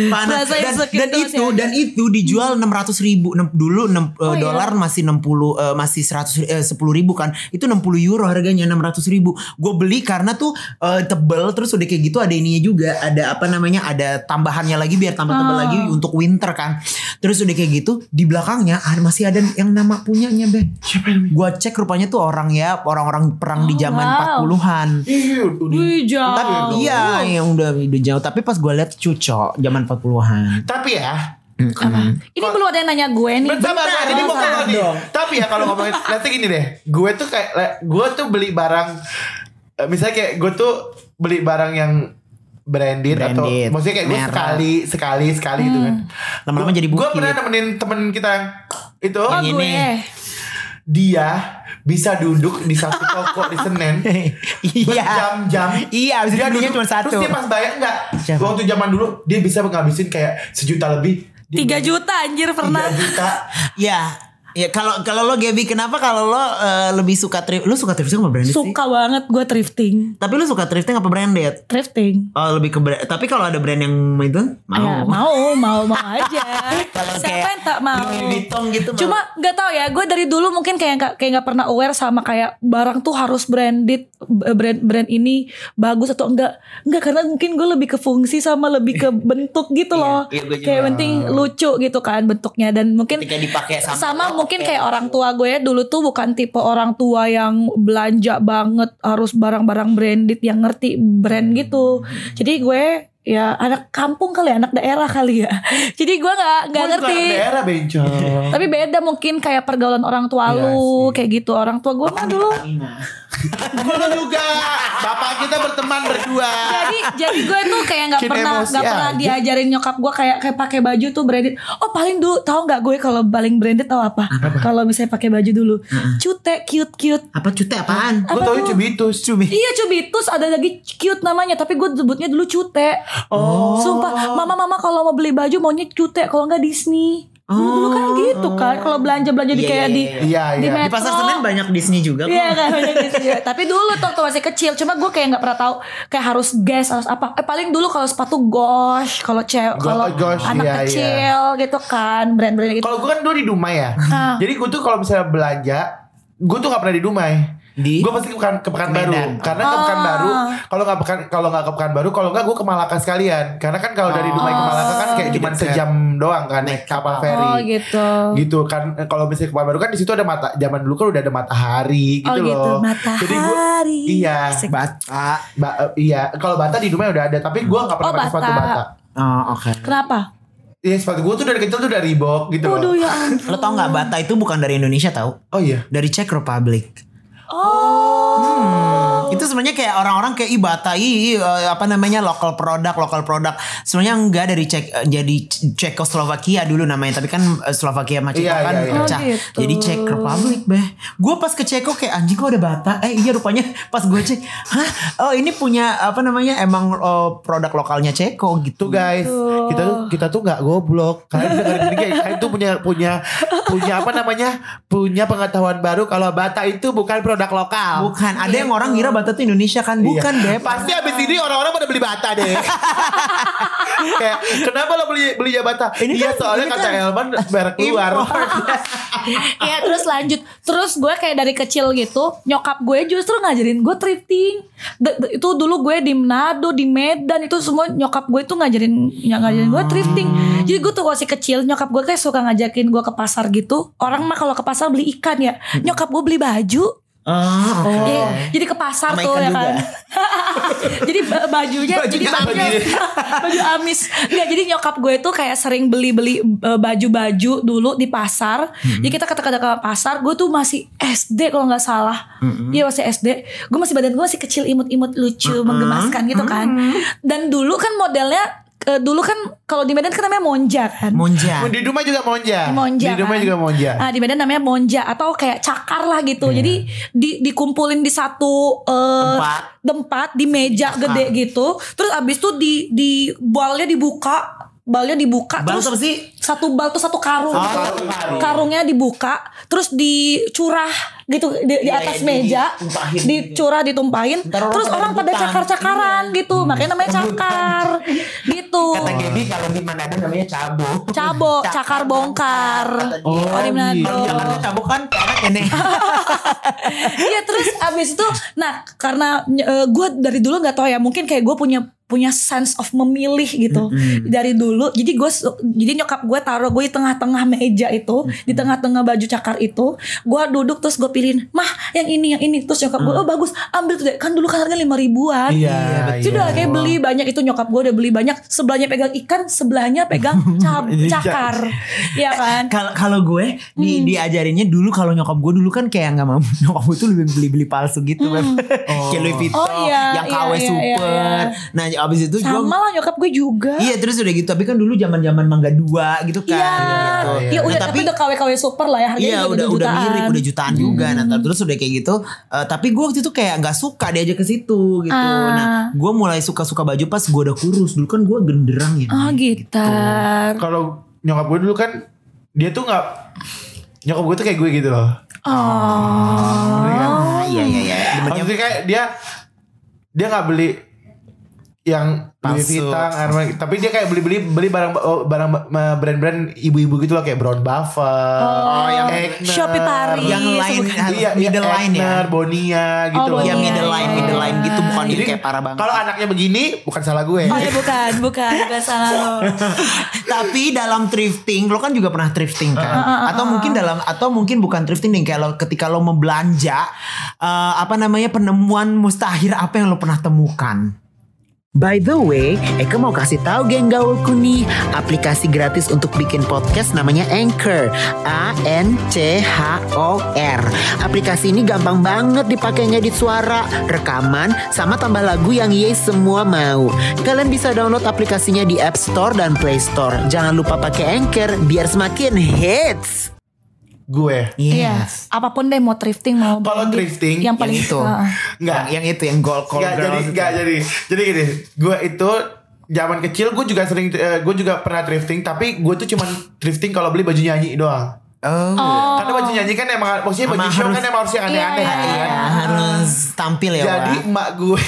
[SPEAKER 2] Panas.
[SPEAKER 4] Bahasa
[SPEAKER 2] dan, dan
[SPEAKER 4] insecure tuh masih
[SPEAKER 2] itu
[SPEAKER 4] ada. Oh, iya?
[SPEAKER 2] dan itu dijual enam ratus ribu Nem- dulu enam- eh, dolar masih 60 eh, masih seratus sepuluh ribu kan itu 60 euro harganya 600 ribu gue beli karena tuh eh, tebel terus udah kayak gitu ada ininya juga ada apa namanya ada tambahannya lagi biar tambah
[SPEAKER 4] Oh.
[SPEAKER 2] tebel lagi untuk winter kan terus udah kayak gitu di belakangnya ah, masih ada yang nama punyanya Beb gue cek rupanya tuh orang ya orang-orang perang di zaman
[SPEAKER 4] Oh, wow.
[SPEAKER 2] 40-an
[SPEAKER 3] Ih, Iya, udah.
[SPEAKER 4] Wih jauh.
[SPEAKER 2] tapi
[SPEAKER 3] Oh.
[SPEAKER 2] iya yang udah udah jauh tapi pas gue lihat cuco zaman 40-an.
[SPEAKER 3] Tapi ya
[SPEAKER 4] Ini belum ada yang nanya gue nih.
[SPEAKER 3] Bentar, bentar, ini mau ngomong nih. Tapi ya kalau ngomongin nanti gini deh, gue tuh kayak le- gue tuh beli barang eh, misalnya kayak gue tuh beli barang yang branded, atau
[SPEAKER 2] Branded,
[SPEAKER 3] maksudnya kayak gue
[SPEAKER 2] merek.
[SPEAKER 3] sekali sekali sekali gitu kan.
[SPEAKER 2] Lama-lama jadi
[SPEAKER 3] Gue
[SPEAKER 2] bukit.
[SPEAKER 3] pernah nemenin temen kita yang itu
[SPEAKER 4] Oh
[SPEAKER 2] Yang
[SPEAKER 4] gue.
[SPEAKER 2] ini.
[SPEAKER 3] dia bisa duduk di satu toko di Senen
[SPEAKER 2] iya.
[SPEAKER 3] berjam-jam.
[SPEAKER 2] Iya, abis itu
[SPEAKER 3] Dia
[SPEAKER 2] belinya
[SPEAKER 3] duduk,
[SPEAKER 2] cuma satu.
[SPEAKER 3] Terus dia pas bayar enggak?
[SPEAKER 2] Siapa?
[SPEAKER 3] Waktu zaman dulu dia bisa menghabisin kayak sejuta lebih. Dia
[SPEAKER 4] Tiga juta anjir pernah.
[SPEAKER 3] tiga juta.
[SPEAKER 2] Iya. Ya kalau kalau lo Gaby kenapa kalau lo eh, lebih suka thrift lo suka thrifting apa branded Iya sih?
[SPEAKER 4] Suka banget gue thrifting.
[SPEAKER 2] Tapi lo suka thrifting apa branded?
[SPEAKER 4] Thrifting.
[SPEAKER 2] Oh, lebih ke brand. Tapi kalau ada brand yang itu Iya, mau.
[SPEAKER 4] Ya, mau, mau, mau aja.
[SPEAKER 2] Kalau kayak
[SPEAKER 4] Siapa yang tak mau?
[SPEAKER 2] Louis Vuitton gitu mau.
[SPEAKER 4] Cuma nggak tahu ya, gue dari dulu mungkin kayak nggak kayak nggak pernah aware sama kayak barang tuh harus branded, b- brand brand ini bagus atau enggak? Enggak karena mungkin gue lebih ke fungsi sama lebih ke bentuk gitu loh.
[SPEAKER 2] iya, gue juga.
[SPEAKER 4] kayak penting lucu gitu kan bentuknya dan mungkin
[SPEAKER 2] Ketika dipakai sama-
[SPEAKER 4] mungkin kayak orang tua gue dulu tuh bukan tipe orang tua yang belanja banget harus barang-barang branded yang ngerti brand gitu. Jadi gue ya anak kampung kali ya, anak daerah kali ya. Jadi gue nggak nggak
[SPEAKER 3] Gua juga
[SPEAKER 4] ngerti.
[SPEAKER 3] anak Daerah bencong.
[SPEAKER 4] Tapi beda mungkin kayak pergaulan orang tua lu kayak gitu. Orang tua gue mah dulu
[SPEAKER 3] Gue juga. Bapak kita berteman berdua.
[SPEAKER 4] jadi jadi gue tuh kayak nggak
[SPEAKER 3] Bikin
[SPEAKER 4] pernah
[SPEAKER 3] emosi
[SPEAKER 4] nggak pernah
[SPEAKER 3] aja.
[SPEAKER 4] diajarin nyokap gue kayak kayak pakai baju tuh branded oh paling dulu tau nggak gue kalau paling branded tau apa kalau misalnya pakai baju dulu cute cute cute
[SPEAKER 2] Apa cute apaan?
[SPEAKER 3] Gue
[SPEAKER 4] Apa
[SPEAKER 3] tau
[SPEAKER 4] tuh?
[SPEAKER 3] cubitus. Cubi.
[SPEAKER 4] Iya cubitus ada lagi cute namanya tapi gue sebutnya dulu cute.
[SPEAKER 3] Oh.
[SPEAKER 4] Sumpah mama mama kalau mau beli baju maunya cute kalau nggak Disney. Dulu, dulu kan gitu kan kalau belanja belanja di
[SPEAKER 2] Iya,
[SPEAKER 4] kayak
[SPEAKER 2] iya,
[SPEAKER 4] di
[SPEAKER 3] Iya
[SPEAKER 4] di
[SPEAKER 3] iya.
[SPEAKER 2] Di pasar
[SPEAKER 4] Metro.
[SPEAKER 2] Senen banyak Disney juga kok.
[SPEAKER 4] Iya kan banyak Disney. Tapi dulu tuh waktu masih kecil Cuma gue kayak gak pernah tahu Kayak harus guess harus apa eh, Paling dulu kalau sepatu Gosh Kalau cewek
[SPEAKER 3] Go-
[SPEAKER 4] Kalau
[SPEAKER 3] Gosh,
[SPEAKER 4] anak
[SPEAKER 3] iya,
[SPEAKER 4] kecil gitu kan Brand-brand gitu
[SPEAKER 3] Kalau gue kan dulu di Dumai ya.
[SPEAKER 4] Ah.
[SPEAKER 3] Jadi gue tuh kalau misalnya belanja, gue tuh gak pernah di Dumai.
[SPEAKER 2] Di?
[SPEAKER 3] Gue pasti ke, Pekan, ke Pekanbaru
[SPEAKER 2] Medan.
[SPEAKER 3] Karena
[SPEAKER 4] Ah.
[SPEAKER 3] ke Pekanbaru Kalau gak pekan, kalau nggak ke Pekanbaru Kalau nggak gue ke Malaka sekalian Karena kan kalau dari Dumai ke Malaka kan Kayak cuma sejam doang kan Naik kapal feri
[SPEAKER 4] Ah. Gitu Oh gitu
[SPEAKER 3] gitu kan Eh, kalau misalnya ke Pekanbaru kan di situ ada mata zaman dulu kan udah ada matahari gitu
[SPEAKER 4] Oh gitu
[SPEAKER 3] loh jadi gue
[SPEAKER 4] Matahari
[SPEAKER 3] iya
[SPEAKER 4] Asik.
[SPEAKER 2] Bata.
[SPEAKER 3] ba- eh, iya kalau bata di Dumai udah ada tapi gue nggak pernah
[SPEAKER 4] Oh,
[SPEAKER 3] pakai sepatu
[SPEAKER 4] Bata.
[SPEAKER 3] bata
[SPEAKER 2] Oh, oke.
[SPEAKER 4] Kenapa?
[SPEAKER 3] Iya sepatu gue tuh dari kecil tuh dari Reebok gitu loh
[SPEAKER 4] Waduh ya ampun
[SPEAKER 2] Lo tau nggak Bata itu bukan dari Indonesia tau?
[SPEAKER 3] oh iya
[SPEAKER 2] Dari Czech Republic. Hmm.
[SPEAKER 4] Oh
[SPEAKER 2] Itu sebenarnya kayak orang-orang kayak "Ih, Bata i, i, eh, apa namanya local product, local product. Sebenarnya enggak dari Czech eh, jadi Czechoslovakia dulu namanya, tapi kan eh, Slovakia macam
[SPEAKER 3] Iya,
[SPEAKER 2] kan
[SPEAKER 3] iya, iya.
[SPEAKER 2] pecah.
[SPEAKER 4] Oh, gitu.
[SPEAKER 2] Jadi Czech Republic, beh. Gue pas ke Ceko kayak anjing kok ada Bata. Eh iya rupanya pas gue cek, hah, oh ini punya apa namanya emang eh, produk lokalnya Ceko gitu.
[SPEAKER 3] tuh guys kita tuh kita tuh nggak goblok kalian dengerin ini kayak kalian tuh punya punya punya apa namanya punya pengetahuan baru kalau bata itu bukan produk lokal
[SPEAKER 2] Bukan, ada
[SPEAKER 4] Gitu.
[SPEAKER 2] yang orang ngira Bata tuh Indonesia kan? Bukan,
[SPEAKER 3] Ah. Iya.
[SPEAKER 2] beh.
[SPEAKER 3] Pasti abis ini orang-orang pada beli bata deh. Kayak kenapa lo beli beli ya bata?
[SPEAKER 2] Ini
[SPEAKER 3] iya
[SPEAKER 2] kan-
[SPEAKER 3] soalnya
[SPEAKER 2] ini
[SPEAKER 3] kata
[SPEAKER 2] kan-
[SPEAKER 3] Elman merek luar.
[SPEAKER 4] Iya terus lanjut Terus gue kayak dari kecil gitu Nyokap gue justru ngajarin gue thrifting D- d- Itu dulu gue di Manado Di Medan Itu semua nyokap gue tuh ngajarin ya, Ngajarin gue thrifting Jadi gue tuh masih kecil Nyokap gue kayak suka ngajakin gue ke pasar gitu Orang mah kalau ke pasar beli ikan ya Nyokap gue beli baju
[SPEAKER 2] Ah, oke.
[SPEAKER 4] Jadi, Iya, jadi ke pasar
[SPEAKER 2] Sama
[SPEAKER 4] tuh
[SPEAKER 2] ikan
[SPEAKER 4] ya
[SPEAKER 2] juga.
[SPEAKER 4] kan. jadi ba- bajunya, jadi
[SPEAKER 2] Bajunya apa
[SPEAKER 4] bajunya
[SPEAKER 2] nih?
[SPEAKER 4] baju amis. Enggak, jadi nyokap gue tuh kayak sering beli-beli eh, baju-baju dulu di pasar.
[SPEAKER 2] Mm-hmm.
[SPEAKER 4] Jadi kita kata-kata ke pasar, gue tuh masih SD kalau nggak salah.
[SPEAKER 2] Mm-hmm.
[SPEAKER 4] Iya masih SD. Gue masih badan gue masih kecil, imut-imut lucu, menggemaskan gitu kan.
[SPEAKER 2] Mm-hmm.
[SPEAKER 4] Dan dulu kan modelnya eh, dulu kan kalau di Medan kan namanya monja kan.
[SPEAKER 2] Monja.
[SPEAKER 3] Di rumah juga monja. Di
[SPEAKER 4] Monja
[SPEAKER 3] rumah
[SPEAKER 4] kan?
[SPEAKER 3] juga monja.
[SPEAKER 4] Ah, di Medan namanya monja atau kayak cakar lah gitu.
[SPEAKER 2] Iya.
[SPEAKER 4] Jadi di, dikumpulin di satu eh,
[SPEAKER 2] Tempat.
[SPEAKER 4] tempat di meja gede gitu. Terus abis itu di di balnya dibuka, balnya dibuka
[SPEAKER 2] Bal
[SPEAKER 4] terus
[SPEAKER 2] tuh apa sih?
[SPEAKER 4] satu bal tuh satu karung.
[SPEAKER 2] satu karung.
[SPEAKER 4] Karungnya dibuka, terus dicurah gitu di, di atas
[SPEAKER 2] iya,
[SPEAKER 4] meja,
[SPEAKER 2] ditumpahin.
[SPEAKER 4] dicurah ditumpahin.
[SPEAKER 2] Ntar orang
[SPEAKER 4] terus
[SPEAKER 2] pada
[SPEAKER 4] orang pada
[SPEAKER 2] rebutan. Iya.
[SPEAKER 4] cakar-cakaran gitu. Makanya namanya cakar. gitu.
[SPEAKER 2] Kata Gaby kalau di Manado namanya cabo.
[SPEAKER 4] Cabo, cakar bongkar.
[SPEAKER 3] Oh,
[SPEAKER 4] di Manado.
[SPEAKER 3] gitu.
[SPEAKER 2] Jakarta cabo kan karet ya nih.
[SPEAKER 4] Iya terus abis itu, nah karena gue dari dulu nggak tahu ya, mungkin kayak gue punya punya sense of memilih gitu dari dulu. Jadi gue, jadi nyokap gue taruh gue di tengah-tengah meja itu, di tengah-tengah baju cakar itu, gue duduk terus gue pilihin, mah yang ini yang ini, terus nyokap gue, oh bagus, ambil tuh deh. Kan dulu kan harga lima ribuan.
[SPEAKER 3] Mm. Iya,
[SPEAKER 4] Sudah kayak beli banyak itu nyokap gue udah beli banyak sebelahnya pegang ikan sebelahnya pegang cab-
[SPEAKER 3] Iya.
[SPEAKER 4] cakar, ya kan? Hmm.
[SPEAKER 2] Kalau kalau gue di diajarinnya dulu kalau nyokap gue dulu kan kayak nggak mau nyokap gue tuh lebih beli-beli palsu gitu, Beb. kayak Louis Vuitton,
[SPEAKER 4] Hmm. Oh, iya,
[SPEAKER 2] yang
[SPEAKER 4] iya,
[SPEAKER 2] KW
[SPEAKER 4] iya, iya,
[SPEAKER 2] super.
[SPEAKER 4] iya.
[SPEAKER 2] Nah, abis itu gue
[SPEAKER 4] Sama lah nyokap gue juga.
[SPEAKER 2] Iya terus udah gitu Tapi kan dulu zaman zaman Mangga 2 gitu kan
[SPEAKER 4] Iya,
[SPEAKER 2] gitu.
[SPEAKER 4] iya
[SPEAKER 2] Nah,
[SPEAKER 4] udah tapi,
[SPEAKER 2] tapi
[SPEAKER 4] udah KW-KW super lah ya harganya
[SPEAKER 2] Iya
[SPEAKER 4] juga
[SPEAKER 2] udah udah
[SPEAKER 4] jutaan. Hmm.
[SPEAKER 2] mirip udah jutaan juga nah ter- terus udah kayak gitu eh, tapi gue waktu itu kayak nggak suka diajak ke situ gitu
[SPEAKER 4] Ah.
[SPEAKER 2] nah gue mulai suka suka baju pas gue udah kurus dulu kan gue genderang ya
[SPEAKER 4] Oh gitar.
[SPEAKER 3] Kalau nyokap gue dulu kan dia tuh nggak nyokap gue tuh kayak gue gitu loh.
[SPEAKER 4] Oh.
[SPEAKER 3] Ngerti kan?
[SPEAKER 2] Ah, iya iya iya
[SPEAKER 3] Maksudnya kayak dia dia nggak beli yang Louis
[SPEAKER 2] Palsu.
[SPEAKER 3] Vuitton, Armani, tapi dia kayak beli-beli beli barang oh, barang eh, brand-brand ibu-ibu gitu loh kayak Brown Buffer, oh, yang Egner,
[SPEAKER 4] Shopee Paris.
[SPEAKER 2] yang lain ah,
[SPEAKER 3] iya,
[SPEAKER 4] sebut-
[SPEAKER 3] iya,
[SPEAKER 2] middle line ya
[SPEAKER 3] Egner, Bonia gitu
[SPEAKER 4] Oh,
[SPEAKER 3] loh.
[SPEAKER 2] Iya
[SPEAKER 4] Bonia.
[SPEAKER 2] middle line middle line gitu bukan
[SPEAKER 3] Jadi
[SPEAKER 2] yang kayak parah banget
[SPEAKER 3] Kalau anaknya begini bukan salah gue.
[SPEAKER 4] Oh ya bukan, bukan, bukan salah lo.
[SPEAKER 2] tapi dalam thrifting lo kan juga pernah thrifting kan atau mungkin dalam atau mungkin bukan thrifting nih kalau ketika lo membelanja eh, apa namanya penemuan mustahil apa yang lo pernah temukan
[SPEAKER 1] By the way, Eka mau kasih tahu geng gaulku nih aplikasi gratis untuk bikin podcast namanya Anchor. A N C H O R. Aplikasi ini gampang banget dipakainya di suara, rekaman, sama tambah lagu yang ye semua mau. Kalian bisa download aplikasinya di App Store dan Play Store. Jangan lupa pakai Anchor biar semakin hits.
[SPEAKER 3] Gue
[SPEAKER 4] Iya. Apapun deh mau thrifting mau
[SPEAKER 3] Kalau
[SPEAKER 4] branded,
[SPEAKER 3] thrifting, gitu.
[SPEAKER 4] yang paling
[SPEAKER 2] itu.
[SPEAKER 4] Heeh.
[SPEAKER 3] Enggak
[SPEAKER 2] yang itu yang gold call
[SPEAKER 3] Gak jadi, gak jadi. Jadi gini, gue itu zaman kecil gue juga sering, eh, gue juga pernah thrifting. Tapi gue tuh cuman thrifting kalau beli baju nyanyi doang.
[SPEAKER 2] Oh,
[SPEAKER 4] Oh.
[SPEAKER 3] Karena baju nyanyi kan emang, maksudnya baju
[SPEAKER 2] Emang
[SPEAKER 3] show
[SPEAKER 2] harus-
[SPEAKER 3] kan emang harus yang aneh-aneh.
[SPEAKER 4] Iya,
[SPEAKER 3] kan.
[SPEAKER 4] iya,
[SPEAKER 2] ya, harus tampil ya.
[SPEAKER 3] Jadi
[SPEAKER 2] Wak.
[SPEAKER 3] emak gue,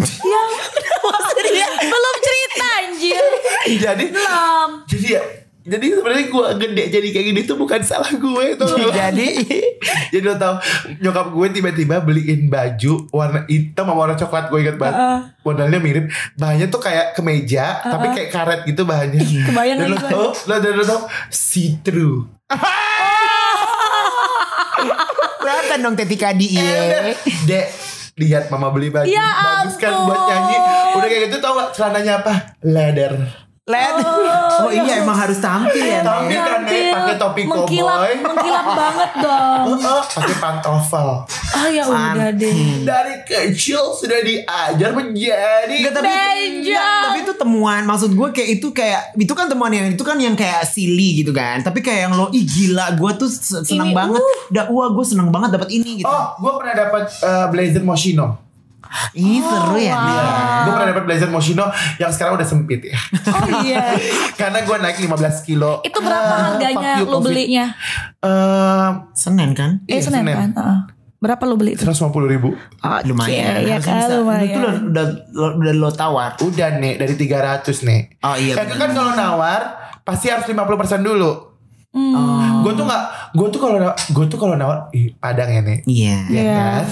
[SPEAKER 4] Iya, Belum cerita anjir.
[SPEAKER 3] jadi,
[SPEAKER 4] Belum.
[SPEAKER 3] jadi ya, jadi sebenarnya gue gede jadi kayak gini tuh bukan salah gue tuh.
[SPEAKER 2] jadi
[SPEAKER 3] jadi lo tau nyokap gue tiba-tiba beliin baju warna hitam sama warna coklat gue ingat banget modelnya mirip bahannya tuh kayak kemeja tapi kayak karet gitu bahannya
[SPEAKER 4] Kebayang
[SPEAKER 3] dan lo
[SPEAKER 4] lagi gue.
[SPEAKER 3] tau lo dan lo tau see through
[SPEAKER 2] kelihatan dong tetika di
[SPEAKER 3] Eh,
[SPEAKER 2] iye.
[SPEAKER 3] Iya, dek lihat mama beli baju
[SPEAKER 4] Ya
[SPEAKER 3] bagus kan buat
[SPEAKER 4] ampun.
[SPEAKER 3] nyanyi udah kayak gitu tau gak celananya apa leather
[SPEAKER 2] Led. Oh, iya emang harus tampil ya. Nek.
[SPEAKER 3] tampil kan Nek, pakai topi
[SPEAKER 4] mengkilap,
[SPEAKER 3] cowboy
[SPEAKER 4] mengkilap banget dong.
[SPEAKER 3] Heeh, Oh, pakai pantofel
[SPEAKER 4] Ah ya udah deh.
[SPEAKER 3] dari kecil sudah diajar
[SPEAKER 2] Nggak,
[SPEAKER 3] menjadi
[SPEAKER 2] tapi,
[SPEAKER 4] Beja.
[SPEAKER 2] nggak, tapi itu temuan maksud gue kayak itu kayak itu kan temuan yang itu kan yang kayak silly gitu kan tapi kayak yang lo ih gila gue tuh se- seneng
[SPEAKER 4] Ini,
[SPEAKER 2] banget udah wah gue seneng banget dapat ini gitu
[SPEAKER 3] oh gue pernah dapat eh, blazer Moschino
[SPEAKER 2] ih seru ya
[SPEAKER 4] Ah.
[SPEAKER 2] Nek.
[SPEAKER 3] Gue pernah dapat blazer Moschino yang sekarang udah sempit ya.
[SPEAKER 4] Oh iya.
[SPEAKER 3] Karena gue naik 15 kilo.
[SPEAKER 4] Itu berapa
[SPEAKER 3] Ah, fuck
[SPEAKER 4] harganya
[SPEAKER 3] you,
[SPEAKER 4] lu
[SPEAKER 3] Covid.
[SPEAKER 4] belinya?
[SPEAKER 3] Ehm,
[SPEAKER 2] Senin kan
[SPEAKER 4] Eh
[SPEAKER 3] Iya,
[SPEAKER 4] Senin
[SPEAKER 3] Senin.
[SPEAKER 4] kan? Heeh. Berapa lu beli itu?
[SPEAKER 3] 150 ribu.
[SPEAKER 2] lumayan
[SPEAKER 4] Iya
[SPEAKER 2] Harusnya
[SPEAKER 4] kan
[SPEAKER 2] bisa. itu lo,
[SPEAKER 4] lumayan.
[SPEAKER 2] udah lo, udah lo tawar
[SPEAKER 3] Udah nih dari 300 nih.
[SPEAKER 2] Oh, iya,
[SPEAKER 3] Itu kan kalau nawar pasti harus 50% dulu.
[SPEAKER 2] Oh,
[SPEAKER 4] Hmm.
[SPEAKER 3] Gue tuh nggak, gue tuh kalau gue tuh kalau nawar, ih padang ya nih.
[SPEAKER 2] iya
[SPEAKER 3] Iya
[SPEAKER 4] Iya. Ah.
[SPEAKER 3] kan?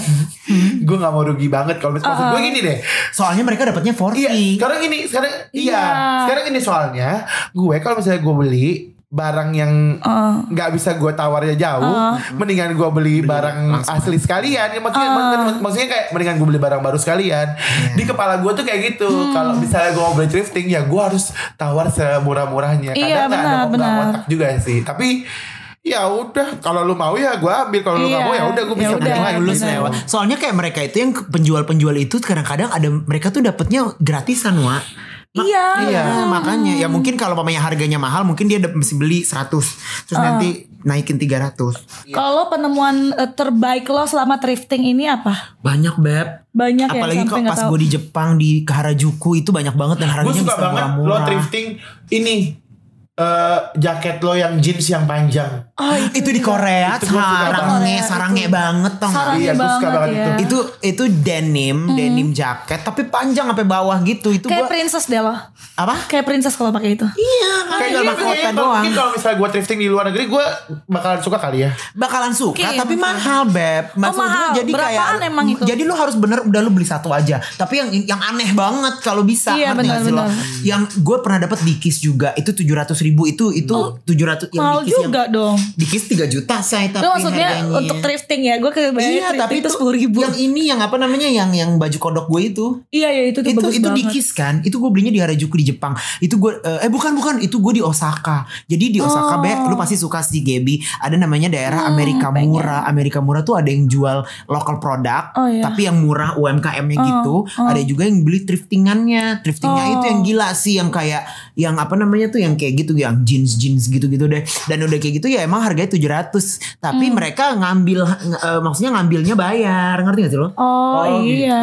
[SPEAKER 3] gue nggak mau rugi banget kalau misalnya maksud gue gini deh.
[SPEAKER 2] soalnya mereka dapatnya 40
[SPEAKER 3] Iya, sekarang ini sekarang iya,
[SPEAKER 4] Iya.
[SPEAKER 3] sekarang ini soalnya gue kalau misalnya gue beli barang yang
[SPEAKER 4] Heeh.
[SPEAKER 3] nggak bisa gue tawarnya jauh,
[SPEAKER 4] Uh.
[SPEAKER 3] mendingan gue beli barang asli sekalian. Ya, maksudnya, maksudnya- maksudnya kayak mendingan gue beli barang baru sekalian. Di kepala gue tuh kayak gitu.
[SPEAKER 4] Hmm.
[SPEAKER 3] Kalau misalnya gue mau beli thrifting ya gue harus tawar semurah-murahnya. Kadang
[SPEAKER 4] Iya,
[SPEAKER 3] nggak ada
[SPEAKER 4] benar,
[SPEAKER 3] nggak
[SPEAKER 4] benar.
[SPEAKER 3] otak juga sih. Tapi ya udah, kalau lu mau ya gue ambil. Kalau lu nggak
[SPEAKER 4] Iya.
[SPEAKER 3] mau ya udah gue
[SPEAKER 4] Ya
[SPEAKER 3] bisa beli
[SPEAKER 4] udah,
[SPEAKER 3] yang lain.
[SPEAKER 2] Lulus
[SPEAKER 3] gitu.
[SPEAKER 2] lewat. Nah, Soalnya kayak mereka itu yang penjual-penjual itu kadang-kadang ada mereka tuh dapatnya gratisan, Wak. Ma-
[SPEAKER 4] Iya.
[SPEAKER 2] makanya ya mungkin kalau pamanya harganya mahal mungkin dia dap- mesti beli 100 terus
[SPEAKER 4] Ah.
[SPEAKER 2] nanti naikin 300.
[SPEAKER 4] Kalau penemuan eh, terbaik lo selama thrifting ini apa?
[SPEAKER 2] Banyak beb.
[SPEAKER 4] Banyak ya
[SPEAKER 2] Apalagi
[SPEAKER 4] sampai
[SPEAKER 2] kalau
[SPEAKER 4] nggak
[SPEAKER 2] pas
[SPEAKER 4] tahu.
[SPEAKER 2] gue di Jepang di Harajuku itu banyak banget dan
[SPEAKER 3] Gue
[SPEAKER 2] harganya
[SPEAKER 3] suka
[SPEAKER 2] bisa
[SPEAKER 3] banget lo
[SPEAKER 2] murah-murah.
[SPEAKER 3] thrifting ini eh, jaket lo yang jeans yang panjang.
[SPEAKER 4] Oh,
[SPEAKER 2] itu, di Korea
[SPEAKER 3] Itu gua suka
[SPEAKER 2] sarangnya
[SPEAKER 4] banget.
[SPEAKER 2] sarangnya banget tau nggak?
[SPEAKER 4] Sarangnya
[SPEAKER 3] Iya, gue suka banget
[SPEAKER 4] ya.
[SPEAKER 3] itu.
[SPEAKER 2] Itu itu denim, denim jaket tapi panjang sampai bawah gitu. Itu
[SPEAKER 4] Mm-hmm. kayak
[SPEAKER 2] gua
[SPEAKER 4] princess deh lo.
[SPEAKER 2] apa?
[SPEAKER 4] Kayak princess kalau pakai itu.
[SPEAKER 2] Iya, kayak
[SPEAKER 3] Kayak
[SPEAKER 2] dalam
[SPEAKER 3] gitu,
[SPEAKER 2] kota
[SPEAKER 3] kayaknya kalau-
[SPEAKER 2] doang.
[SPEAKER 3] Mungkin kalau misalnya gue thrifting di luar negeri gue bakalan suka kali ya.
[SPEAKER 2] bakalan suka
[SPEAKER 4] Mungkin. Oh,
[SPEAKER 2] tapi mahal beb Maksud gue
[SPEAKER 4] mahal.
[SPEAKER 2] jadi
[SPEAKER 4] Berapaan
[SPEAKER 2] kayak
[SPEAKER 4] emang itu?
[SPEAKER 2] jadi lo harus bener udah lo beli satu aja tapi yang yang aneh banget kalau bisa
[SPEAKER 4] Iya,
[SPEAKER 2] ngerti nggak
[SPEAKER 4] benar,
[SPEAKER 2] sih lo?
[SPEAKER 4] benar.
[SPEAKER 2] yang gue pernah dapat dikis juga itu tujuh ratus ribu itu itu tujuh ratus yang
[SPEAKER 4] Oh, Mahal
[SPEAKER 2] dikis
[SPEAKER 4] juga dong.
[SPEAKER 2] yang dikis 3 juta saya tapi
[SPEAKER 4] Itu maksudnya
[SPEAKER 2] harganya.
[SPEAKER 4] untuk thrifting ya. Gue kayak
[SPEAKER 2] iya tapi itu
[SPEAKER 4] sepuluh ribu.
[SPEAKER 2] yang ini yang apa namanya yang yang baju kodok gue itu
[SPEAKER 4] Iya ya itu tuh
[SPEAKER 2] itu
[SPEAKER 4] bagus
[SPEAKER 2] itu
[SPEAKER 4] banget.
[SPEAKER 2] dikis kan itu gue belinya di Harajuku di Jepang itu gue eh bukan bukan itu gue di Osaka jadi di
[SPEAKER 4] Oh.
[SPEAKER 2] Osaka Beb, lu pasti suka sih Gaby ada namanya
[SPEAKER 4] Hmm,
[SPEAKER 2] daerah Amerika murah Amerika murah tuh ada yang jual local product
[SPEAKER 4] Oh, iya. Oh,
[SPEAKER 2] tapi yang murah UMKM-nya gitu ada juga yang beli thriftingannya thriftingnya itu yang gila sih yang kayak yang apa namanya tuh yang kayak gitu yang jeans jeans gitu gitu deh dan udah kayak gitu ya emang harganya 700 tapi
[SPEAKER 4] Hmm.
[SPEAKER 2] mereka ngambil eh, maksudnya ngambilnya bayar ngerti gak sih lo
[SPEAKER 4] Oh,
[SPEAKER 2] gitu.
[SPEAKER 4] iya.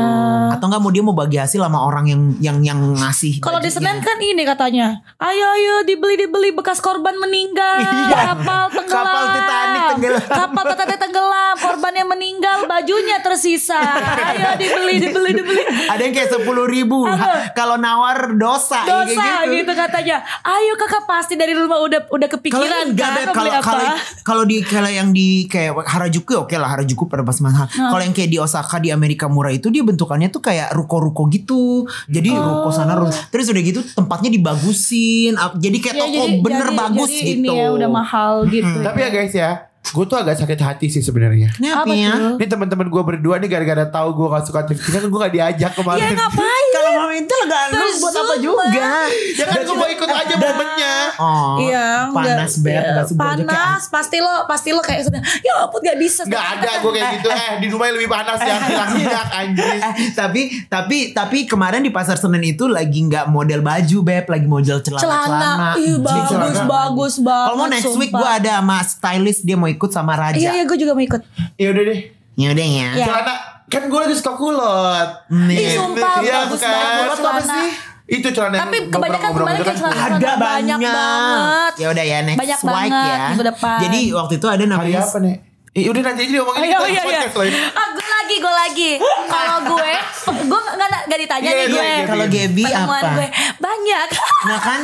[SPEAKER 2] atau enggak mau dia mau bagi hasil sama orang yang yang yang ngasih
[SPEAKER 4] Kalau di
[SPEAKER 2] bajunya.
[SPEAKER 4] Senin kan ini katanya, ayo ayo dibeli dibeli bekas korban meninggal,
[SPEAKER 2] Iya.
[SPEAKER 4] kapal tenggelam,
[SPEAKER 2] Kapal Titanic tenggelam.
[SPEAKER 4] kapal Titanic tenggelam, korbannya meninggal, bajunya tersisa, ayo dibeli dibeli dibeli,
[SPEAKER 2] ada yang kayak sepuluh ribu Ha, kalau nawar dosa, ya,
[SPEAKER 4] dosa gitu. katanya, ayo kakak pasti dari rumah udah udah
[SPEAKER 2] Kalau
[SPEAKER 4] kepikiran
[SPEAKER 2] enggak
[SPEAKER 4] kan
[SPEAKER 2] ada
[SPEAKER 4] mau beli
[SPEAKER 2] kalau kalau
[SPEAKER 4] apa?
[SPEAKER 2] kalau di kalau yang di kayak Harajuku ya oke lah Harajuku pada pas mahal. Kalau yang kayak di Osaka di Amerika murah itu dia bentukannya tuh kayak ruko-ruko gitu.
[SPEAKER 4] Oh.
[SPEAKER 2] Jadi ruko sana ruko. Terus udah gitu tempatnya dibagusin. Ap- Jadi kayak
[SPEAKER 4] Ya,
[SPEAKER 2] toko bener
[SPEAKER 4] jadi-
[SPEAKER 2] bagus
[SPEAKER 4] jadi
[SPEAKER 2] gitu. Iya,
[SPEAKER 4] Ini ya udah mahal gitu.
[SPEAKER 3] Tapi ya guys ya, gue tuh agak sakit hati sih sebenarnya.
[SPEAKER 2] Kenapa
[SPEAKER 4] Apa
[SPEAKER 2] ya?
[SPEAKER 4] tuh?
[SPEAKER 3] Ini teman-teman gue berdua nih gara-gara tahu gue gak suka thrifting kan gue gak diajak
[SPEAKER 4] Ya
[SPEAKER 3] kemarin.
[SPEAKER 4] ngapain
[SPEAKER 2] Kalau mau minta enggak lu buat apa
[SPEAKER 4] Tersumpah.
[SPEAKER 2] juga.
[SPEAKER 3] Ya kan gue mau ikut aja momennya.
[SPEAKER 2] Oh,
[SPEAKER 4] Iya,
[SPEAKER 2] panas
[SPEAKER 4] enggak.
[SPEAKER 2] banget
[SPEAKER 4] Iya,
[SPEAKER 2] enggak sebuah aja kayak
[SPEAKER 4] Panas, pasti lo, pasti lo kayak sedang, ya ampun gak bisa.
[SPEAKER 3] Gak ada gue kayak gitu. Eh, di rumah lebih panas ya. Hilak-hilak anjing.
[SPEAKER 2] Eh, tapi tapi tapi kemarin di pasar Senen itu lagi nggak model baju beb lagi model celana
[SPEAKER 4] celana, iya bagus, bagus, bagus banget.
[SPEAKER 2] kalau mau next week gue
[SPEAKER 4] sumpah.
[SPEAKER 2] ada sama stylist dia mau ikut sama
[SPEAKER 4] Iya,
[SPEAKER 2] Raja
[SPEAKER 4] iya gue juga mau ikut.
[SPEAKER 3] Ya udah deh.
[SPEAKER 2] ya udah ya
[SPEAKER 4] Iya.
[SPEAKER 3] Celana kan gue lagi suka kulot.
[SPEAKER 4] Ih,
[SPEAKER 3] Gitu.
[SPEAKER 4] sumpah,
[SPEAKER 3] Iya
[SPEAKER 4] bagus
[SPEAKER 3] kan?
[SPEAKER 4] banget
[SPEAKER 3] Kulot apa
[SPEAKER 4] celana.
[SPEAKER 3] sih? Itu celana yang
[SPEAKER 4] Tapi kebanyakan
[SPEAKER 3] ngobrol-ngobrol
[SPEAKER 4] kemarin
[SPEAKER 3] gitu
[SPEAKER 4] kayak celana
[SPEAKER 2] ada
[SPEAKER 4] celana
[SPEAKER 2] banyak,
[SPEAKER 4] banyak banget.
[SPEAKER 2] ya udah ya next
[SPEAKER 4] Banyak
[SPEAKER 2] week
[SPEAKER 4] banget
[SPEAKER 2] ya
[SPEAKER 4] minggu depan.
[SPEAKER 2] jadi waktu itu ada
[SPEAKER 3] Hari
[SPEAKER 2] namanya
[SPEAKER 3] apa nih? Eh, udah nanti aja diomongin kita di
[SPEAKER 4] Oh, iya, iya,
[SPEAKER 3] podcast loh.
[SPEAKER 4] iya. Ah, gue lagi, gue lagi. Kalau gue, gue gak, gak ditanya
[SPEAKER 3] Iya, iya,
[SPEAKER 4] nih gue.
[SPEAKER 3] iya,
[SPEAKER 2] kalau Gaby
[SPEAKER 4] Pertemuan
[SPEAKER 2] apa
[SPEAKER 4] gue banyak.
[SPEAKER 2] Nah kan,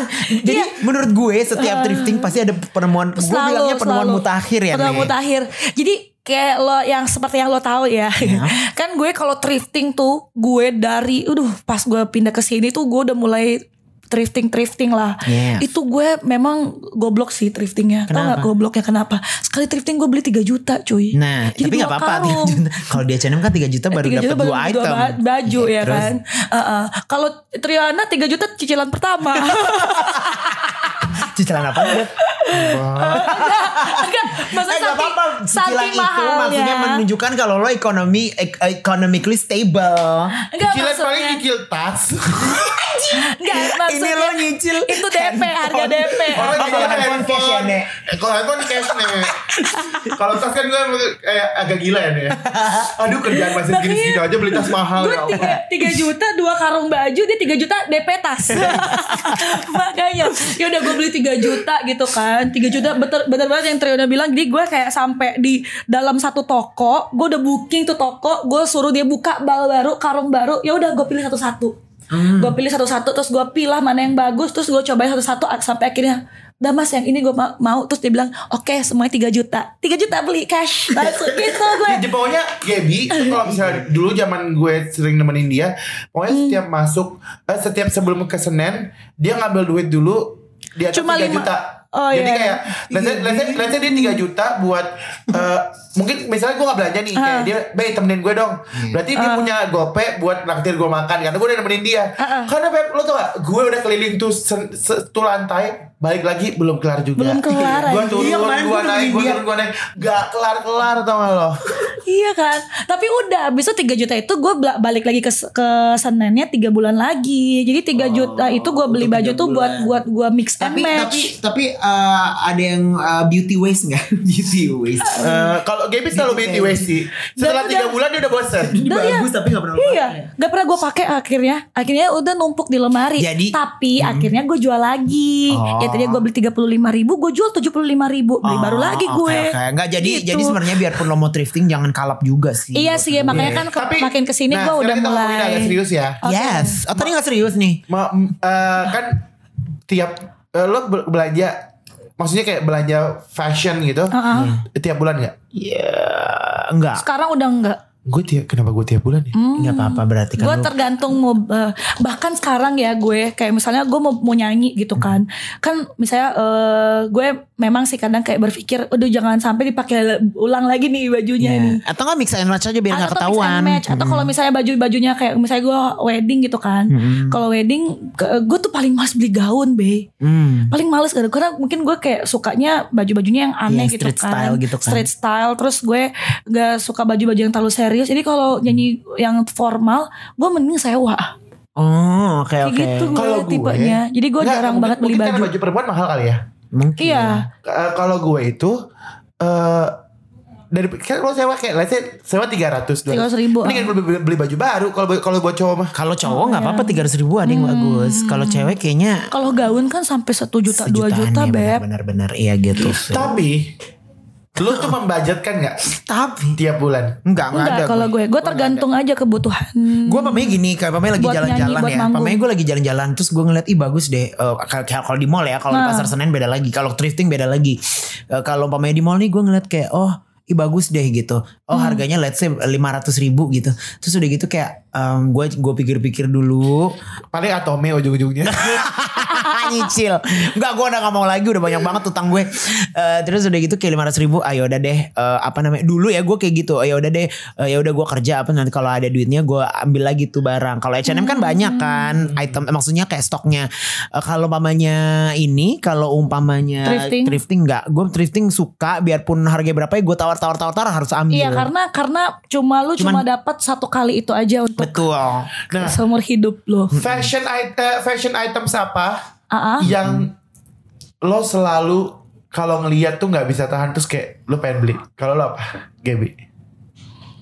[SPEAKER 2] jadi menurut gue setiap drifting pasti ada penemuan. Gue
[SPEAKER 4] Eh. selalu
[SPEAKER 2] bilangnya penemuan
[SPEAKER 4] selalu.
[SPEAKER 2] mutakhir ya.
[SPEAKER 4] penemuan
[SPEAKER 2] Nek.
[SPEAKER 4] mutakhir jadi kayak lo yang seperti yang lo tahu ya
[SPEAKER 2] Iya.
[SPEAKER 4] kan gue kalau thrifting tuh gue dari aduh pas gue pindah ke sini tuh gue udah mulai thrifting thrifting lah
[SPEAKER 2] Yes.
[SPEAKER 4] itu gue memang goblok sih thriftingnya tau
[SPEAKER 2] Kenapa?
[SPEAKER 4] gak gobloknya kenapa sekali thrifting gue beli 3 juta cuy
[SPEAKER 2] Nah,
[SPEAKER 4] Jadi
[SPEAKER 2] tapi
[SPEAKER 4] Iya, dua
[SPEAKER 2] nggak apa-apa. 3
[SPEAKER 4] karung.
[SPEAKER 2] juta. Kalau di H&M kan 3 juta baru
[SPEAKER 4] 3
[SPEAKER 2] dapat
[SPEAKER 4] juta
[SPEAKER 2] dua
[SPEAKER 4] beli
[SPEAKER 2] item.
[SPEAKER 4] ba- baju
[SPEAKER 2] Iya,
[SPEAKER 4] ya
[SPEAKER 2] terus?
[SPEAKER 4] kan. Uh-uh. Kalau Triana 3 juta cicilan pertama.
[SPEAKER 2] Cicilan apa? Beb?
[SPEAKER 4] Enggak,
[SPEAKER 2] Eh
[SPEAKER 4] maksudnya
[SPEAKER 2] nggak
[SPEAKER 4] saking-
[SPEAKER 2] apa-apa. Cicilan
[SPEAKER 4] saking
[SPEAKER 2] itu
[SPEAKER 4] mahalnya.
[SPEAKER 2] maksudnya menunjukkan kalau lo ekonomi ek- economically stable.
[SPEAKER 4] Enggak,
[SPEAKER 3] Cicilan paling
[SPEAKER 4] maksudnya-
[SPEAKER 3] nyicil tas.
[SPEAKER 4] Enggak, maksudnya
[SPEAKER 2] lo nyicil
[SPEAKER 4] Itu DP, harga
[SPEAKER 2] handphone.
[SPEAKER 4] DP.
[SPEAKER 3] Orang
[SPEAKER 2] Apa
[SPEAKER 3] jadi
[SPEAKER 2] kalau handphone cash ya, Nek?
[SPEAKER 3] Eh, Kalau handphone cash nih. Kalau tas kan gue kayak agak gila ya nih. Aduh kerjaan masih
[SPEAKER 4] Makanya-
[SPEAKER 3] gini gitu aja beli tas mahal
[SPEAKER 4] Gue
[SPEAKER 3] ya Allah.
[SPEAKER 4] tiga, tiga juta dua karung baju dia tiga juta DP tas makanya ya udah gue beli tiga juta gitu kan tiga juta bener bener banget yang Triana bilang jadi gue kayak sampai di dalam satu toko gue udah booking tuh toko gue suruh dia buka bal baru karung baru ya udah gue pilih satu satu
[SPEAKER 3] Hmm.
[SPEAKER 4] gue pilih satu satu terus gue pilih mana yang bagus terus gue cobain satu satu sampai akhirnya Udah mas yang ini gue ma- mau Terus dia bilang Oke semuanya 3 juta 3 juta beli cash Langsung gitu gue
[SPEAKER 3] Ya, pokoknya Gaby kalau
[SPEAKER 4] Iya.
[SPEAKER 3] misalnya dulu zaman gue sering nemenin dia, pokoknya
[SPEAKER 4] Hmm.
[SPEAKER 3] setiap masuk eh, setiap sebelum ke Senen dia ngambil duit dulu di atas
[SPEAKER 4] Cuma
[SPEAKER 3] 3
[SPEAKER 4] lima-
[SPEAKER 3] juta.
[SPEAKER 4] Oh,
[SPEAKER 3] Jadi
[SPEAKER 4] iya. Hmm.
[SPEAKER 3] kayak let's say, let's say- let's say dia 3 juta buat eh, mungkin misalnya gue gak belanja nih
[SPEAKER 4] Ah.
[SPEAKER 3] kayak dia Bey temenin gue dong.
[SPEAKER 2] Hmm.
[SPEAKER 3] Berarti dia punya gope buat naktir gue makan karena gue udah nemenin dia.
[SPEAKER 4] Ah,
[SPEAKER 3] Karena Beb lo tau gak gue udah keliling tuh sen- se- tuh lantai balik lagi belum kelar juga.
[SPEAKER 4] Belum
[SPEAKER 3] gue
[SPEAKER 4] kelar, anjing.
[SPEAKER 3] turun,
[SPEAKER 2] Iya, kemarin
[SPEAKER 3] gue
[SPEAKER 2] gue
[SPEAKER 3] naik,
[SPEAKER 2] nemenin
[SPEAKER 3] gue
[SPEAKER 2] dia.
[SPEAKER 3] turun, gue naik. Gak kelar-kelar tau gak lo.
[SPEAKER 4] Iya kan Tapi udah Abis itu 3 juta itu Gue bela- balik lagi ke, se- ke Senennya 3 bulan lagi Jadi 3 juta itu Gue beli
[SPEAKER 2] Oh, untuk
[SPEAKER 4] baju
[SPEAKER 2] tiga
[SPEAKER 4] tuh Buat
[SPEAKER 2] bulan.
[SPEAKER 4] buat gue mix and
[SPEAKER 2] Tapi
[SPEAKER 4] match
[SPEAKER 2] tapi tapi eh, ada yang eh, beauty waste nggak? beauty waste.
[SPEAKER 3] Eh, kalau Gaby selalu beauty waste sih. Setelah
[SPEAKER 4] Dan
[SPEAKER 3] tiga
[SPEAKER 4] udah-
[SPEAKER 3] bulan dia udah bosen.
[SPEAKER 4] Udah ya.
[SPEAKER 2] Bagus tapi nggak pernah.
[SPEAKER 4] Iya Gak pernah gue pakai akhirnya Akhirnya udah numpuk di lemari
[SPEAKER 2] Jadi- hmm. Oh.
[SPEAKER 4] Tapi akhirnya gue jual lagi Ya tadinya gue beli 35 ribu Gue jual 75 ribu Beli baru lagi
[SPEAKER 2] Oh, oke,
[SPEAKER 4] gue
[SPEAKER 2] oke. Nggak jadi
[SPEAKER 4] Gitu.
[SPEAKER 2] jadi sebenarnya biarpun lo mau thrifting jangan kalap juga sih.
[SPEAKER 4] Iya sih ya, Makanya kan ke- makin kesini
[SPEAKER 3] nah, sekarang
[SPEAKER 4] Gue udah
[SPEAKER 3] kita ngomongin
[SPEAKER 4] mulai
[SPEAKER 3] agak serius ya.
[SPEAKER 2] Yes. Oh tadi nggak serius nih.
[SPEAKER 3] Ma- m- eh, kan tiap eh, lo be- belanja maksudnya kayak belanja fashion gitu.
[SPEAKER 4] Ah,
[SPEAKER 3] Tiap bulan ya? nggak?
[SPEAKER 4] Eh,
[SPEAKER 2] Iya, enggak.
[SPEAKER 4] Sekarang udah enggak
[SPEAKER 3] Gue tiap kenapa gue tiap bulan ya?
[SPEAKER 2] Enggak apa-apa berarti kan.
[SPEAKER 4] gue
[SPEAKER 2] lu-
[SPEAKER 4] tergantung mau eh, bahkan sekarang ya gue kayak misalnya gue mau mau nyanyi gitu kan kan misalnya eh, gue memang sih kadang kayak berpikir aduh jangan sampai dipakai le- ulang lagi nih bajunya
[SPEAKER 2] Iya. Hmm.
[SPEAKER 4] nih
[SPEAKER 2] Atau nggak mix and match aja biar nggak
[SPEAKER 4] atau mix
[SPEAKER 2] ketahuan.
[SPEAKER 4] and match. atau kalau misalnya baju bajunya kayak misalnya gue wedding gitu kan kalau wedding ke- gue tuh paling males beli gaun be
[SPEAKER 2] Hmm.
[SPEAKER 4] paling males karena karena mungkin gue kayak sukanya baju-bajunya yang aneh
[SPEAKER 2] Iya,
[SPEAKER 4] gitu
[SPEAKER 2] street
[SPEAKER 4] kan.
[SPEAKER 2] style gitu kan.
[SPEAKER 4] street style terus gue gak suka baju-baju yang terlalu serius jadi kalau nyanyi yang formal gue mending sewa
[SPEAKER 2] Oh, oke
[SPEAKER 4] Kayak
[SPEAKER 2] oke.
[SPEAKER 4] gitu gue
[SPEAKER 3] Kalau gue-
[SPEAKER 4] tipenya jadi gue
[SPEAKER 3] Nggak,
[SPEAKER 4] jarang
[SPEAKER 3] mungkin-
[SPEAKER 4] banget beli
[SPEAKER 3] mungkin karena
[SPEAKER 4] baju
[SPEAKER 3] baju perempuan mahal kali ya.
[SPEAKER 2] Mungkin.
[SPEAKER 4] iya
[SPEAKER 3] Eh, kalau gue itu eh dari kan lo sewa kayak let's say sewa 300
[SPEAKER 4] 300.000,
[SPEAKER 3] Mendingan gue beli, beli baju baru kalau kalau buat cowok mah.
[SPEAKER 2] Kalau cowok nggak
[SPEAKER 4] Oh,
[SPEAKER 2] apa-apa
[SPEAKER 4] iya.
[SPEAKER 2] tiga ratus ribu ada yang
[SPEAKER 4] Hmm.
[SPEAKER 2] bagus. Kalau cewek kayaknya
[SPEAKER 4] kalau gaun kan sampai satu juta dua
[SPEAKER 2] sejutaan
[SPEAKER 4] juta
[SPEAKER 2] ya,
[SPEAKER 4] beb
[SPEAKER 2] Benar-benar iya gitu. sih.
[SPEAKER 3] Tapi lo tuh membudgetkan nggak
[SPEAKER 2] Tapi
[SPEAKER 3] tiap bulan?
[SPEAKER 2] enggak enggak ada.
[SPEAKER 4] enggak kalau gue gue tergantung aja kebutuhan
[SPEAKER 2] Gue pamanya gini, kayak pamanya lagi
[SPEAKER 4] Hmm. Buat
[SPEAKER 2] jalan-jalan
[SPEAKER 4] nyanyi, buat
[SPEAKER 2] ya.
[SPEAKER 4] manggung.
[SPEAKER 2] Pamanya gue lagi jalan-jalan, terus gue ngeliat, ih bagus deh. Eh, kalau- kalau kalau di mall ya, kalau di pasar Senen beda lagi, kalau thrifting beda lagi. Eh, kalau pamanya di mall nih, gue ngeliat
[SPEAKER 4] Hmm.
[SPEAKER 2] kayak, oh, ih bagus deh gitu. Oh harganya let's say 500 ribu gitu. Terus udah gitu kayak, eh em, gue gue pikir-pikir dulu
[SPEAKER 3] Paling atome ujung-ujungnya.
[SPEAKER 2] nyicil Enggak gue udah gak mau lagi Udah banyak banget utang gue Eh, Terus udah gitu kayak 500 ribu Ayo udah deh eh, Apa namanya Dulu ya gue kayak gitu Ya udah deh ya udah gue kerja apa Nanti kalau ada duitnya Gue ambil lagi tuh barang Kalau H&M
[SPEAKER 4] Hmm.
[SPEAKER 2] kan banyak kan Item eh, Maksudnya kayak stoknya Eh, Kalau umpamanya ini Kalau umpamanya
[SPEAKER 4] Thrifting.
[SPEAKER 2] Thrifting enggak Gue thrifting suka Biarpun harganya berapa ya Gue tawar-tawar-tawar harus ambil
[SPEAKER 4] Iya karena karena cuma lu cuma dapat satu kali itu aja untuk
[SPEAKER 2] Betul Nah,
[SPEAKER 4] seumur hidup lo.
[SPEAKER 2] Hmm.
[SPEAKER 3] fashion item fashion items apa
[SPEAKER 4] Ah, ah.
[SPEAKER 3] yang lo selalu kalau ngeliat tuh nggak bisa tahan terus kayak lo pengen beli. Kalau lo apa? Gaby.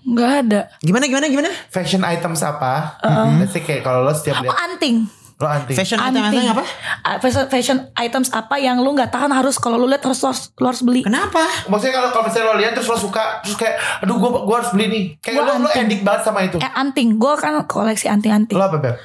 [SPEAKER 4] nggak ada.
[SPEAKER 2] Gimana gimana gimana
[SPEAKER 3] Fashion items apa? Pasti kayak kalau lo setiap
[SPEAKER 4] Oh,
[SPEAKER 3] lihat
[SPEAKER 4] anting.
[SPEAKER 3] lo anti.
[SPEAKER 2] Fashion
[SPEAKER 4] Anting.
[SPEAKER 2] item-item apa
[SPEAKER 4] Ah, Fashion, fashion items apa yang lu nggak tahan harus kalau lu lihat harus lu harus, lu harus beli.
[SPEAKER 2] Kenapa
[SPEAKER 3] Maksudnya kalau kalau misalnya lo lihat terus lo suka terus kayak aduh gua gua harus beli nih. Kayak
[SPEAKER 4] Gua
[SPEAKER 3] lo lo
[SPEAKER 4] anti.
[SPEAKER 3] edik banget sama itu.
[SPEAKER 4] Eh anting, gue kan koleksi anting-anting
[SPEAKER 3] Lo apa Beb?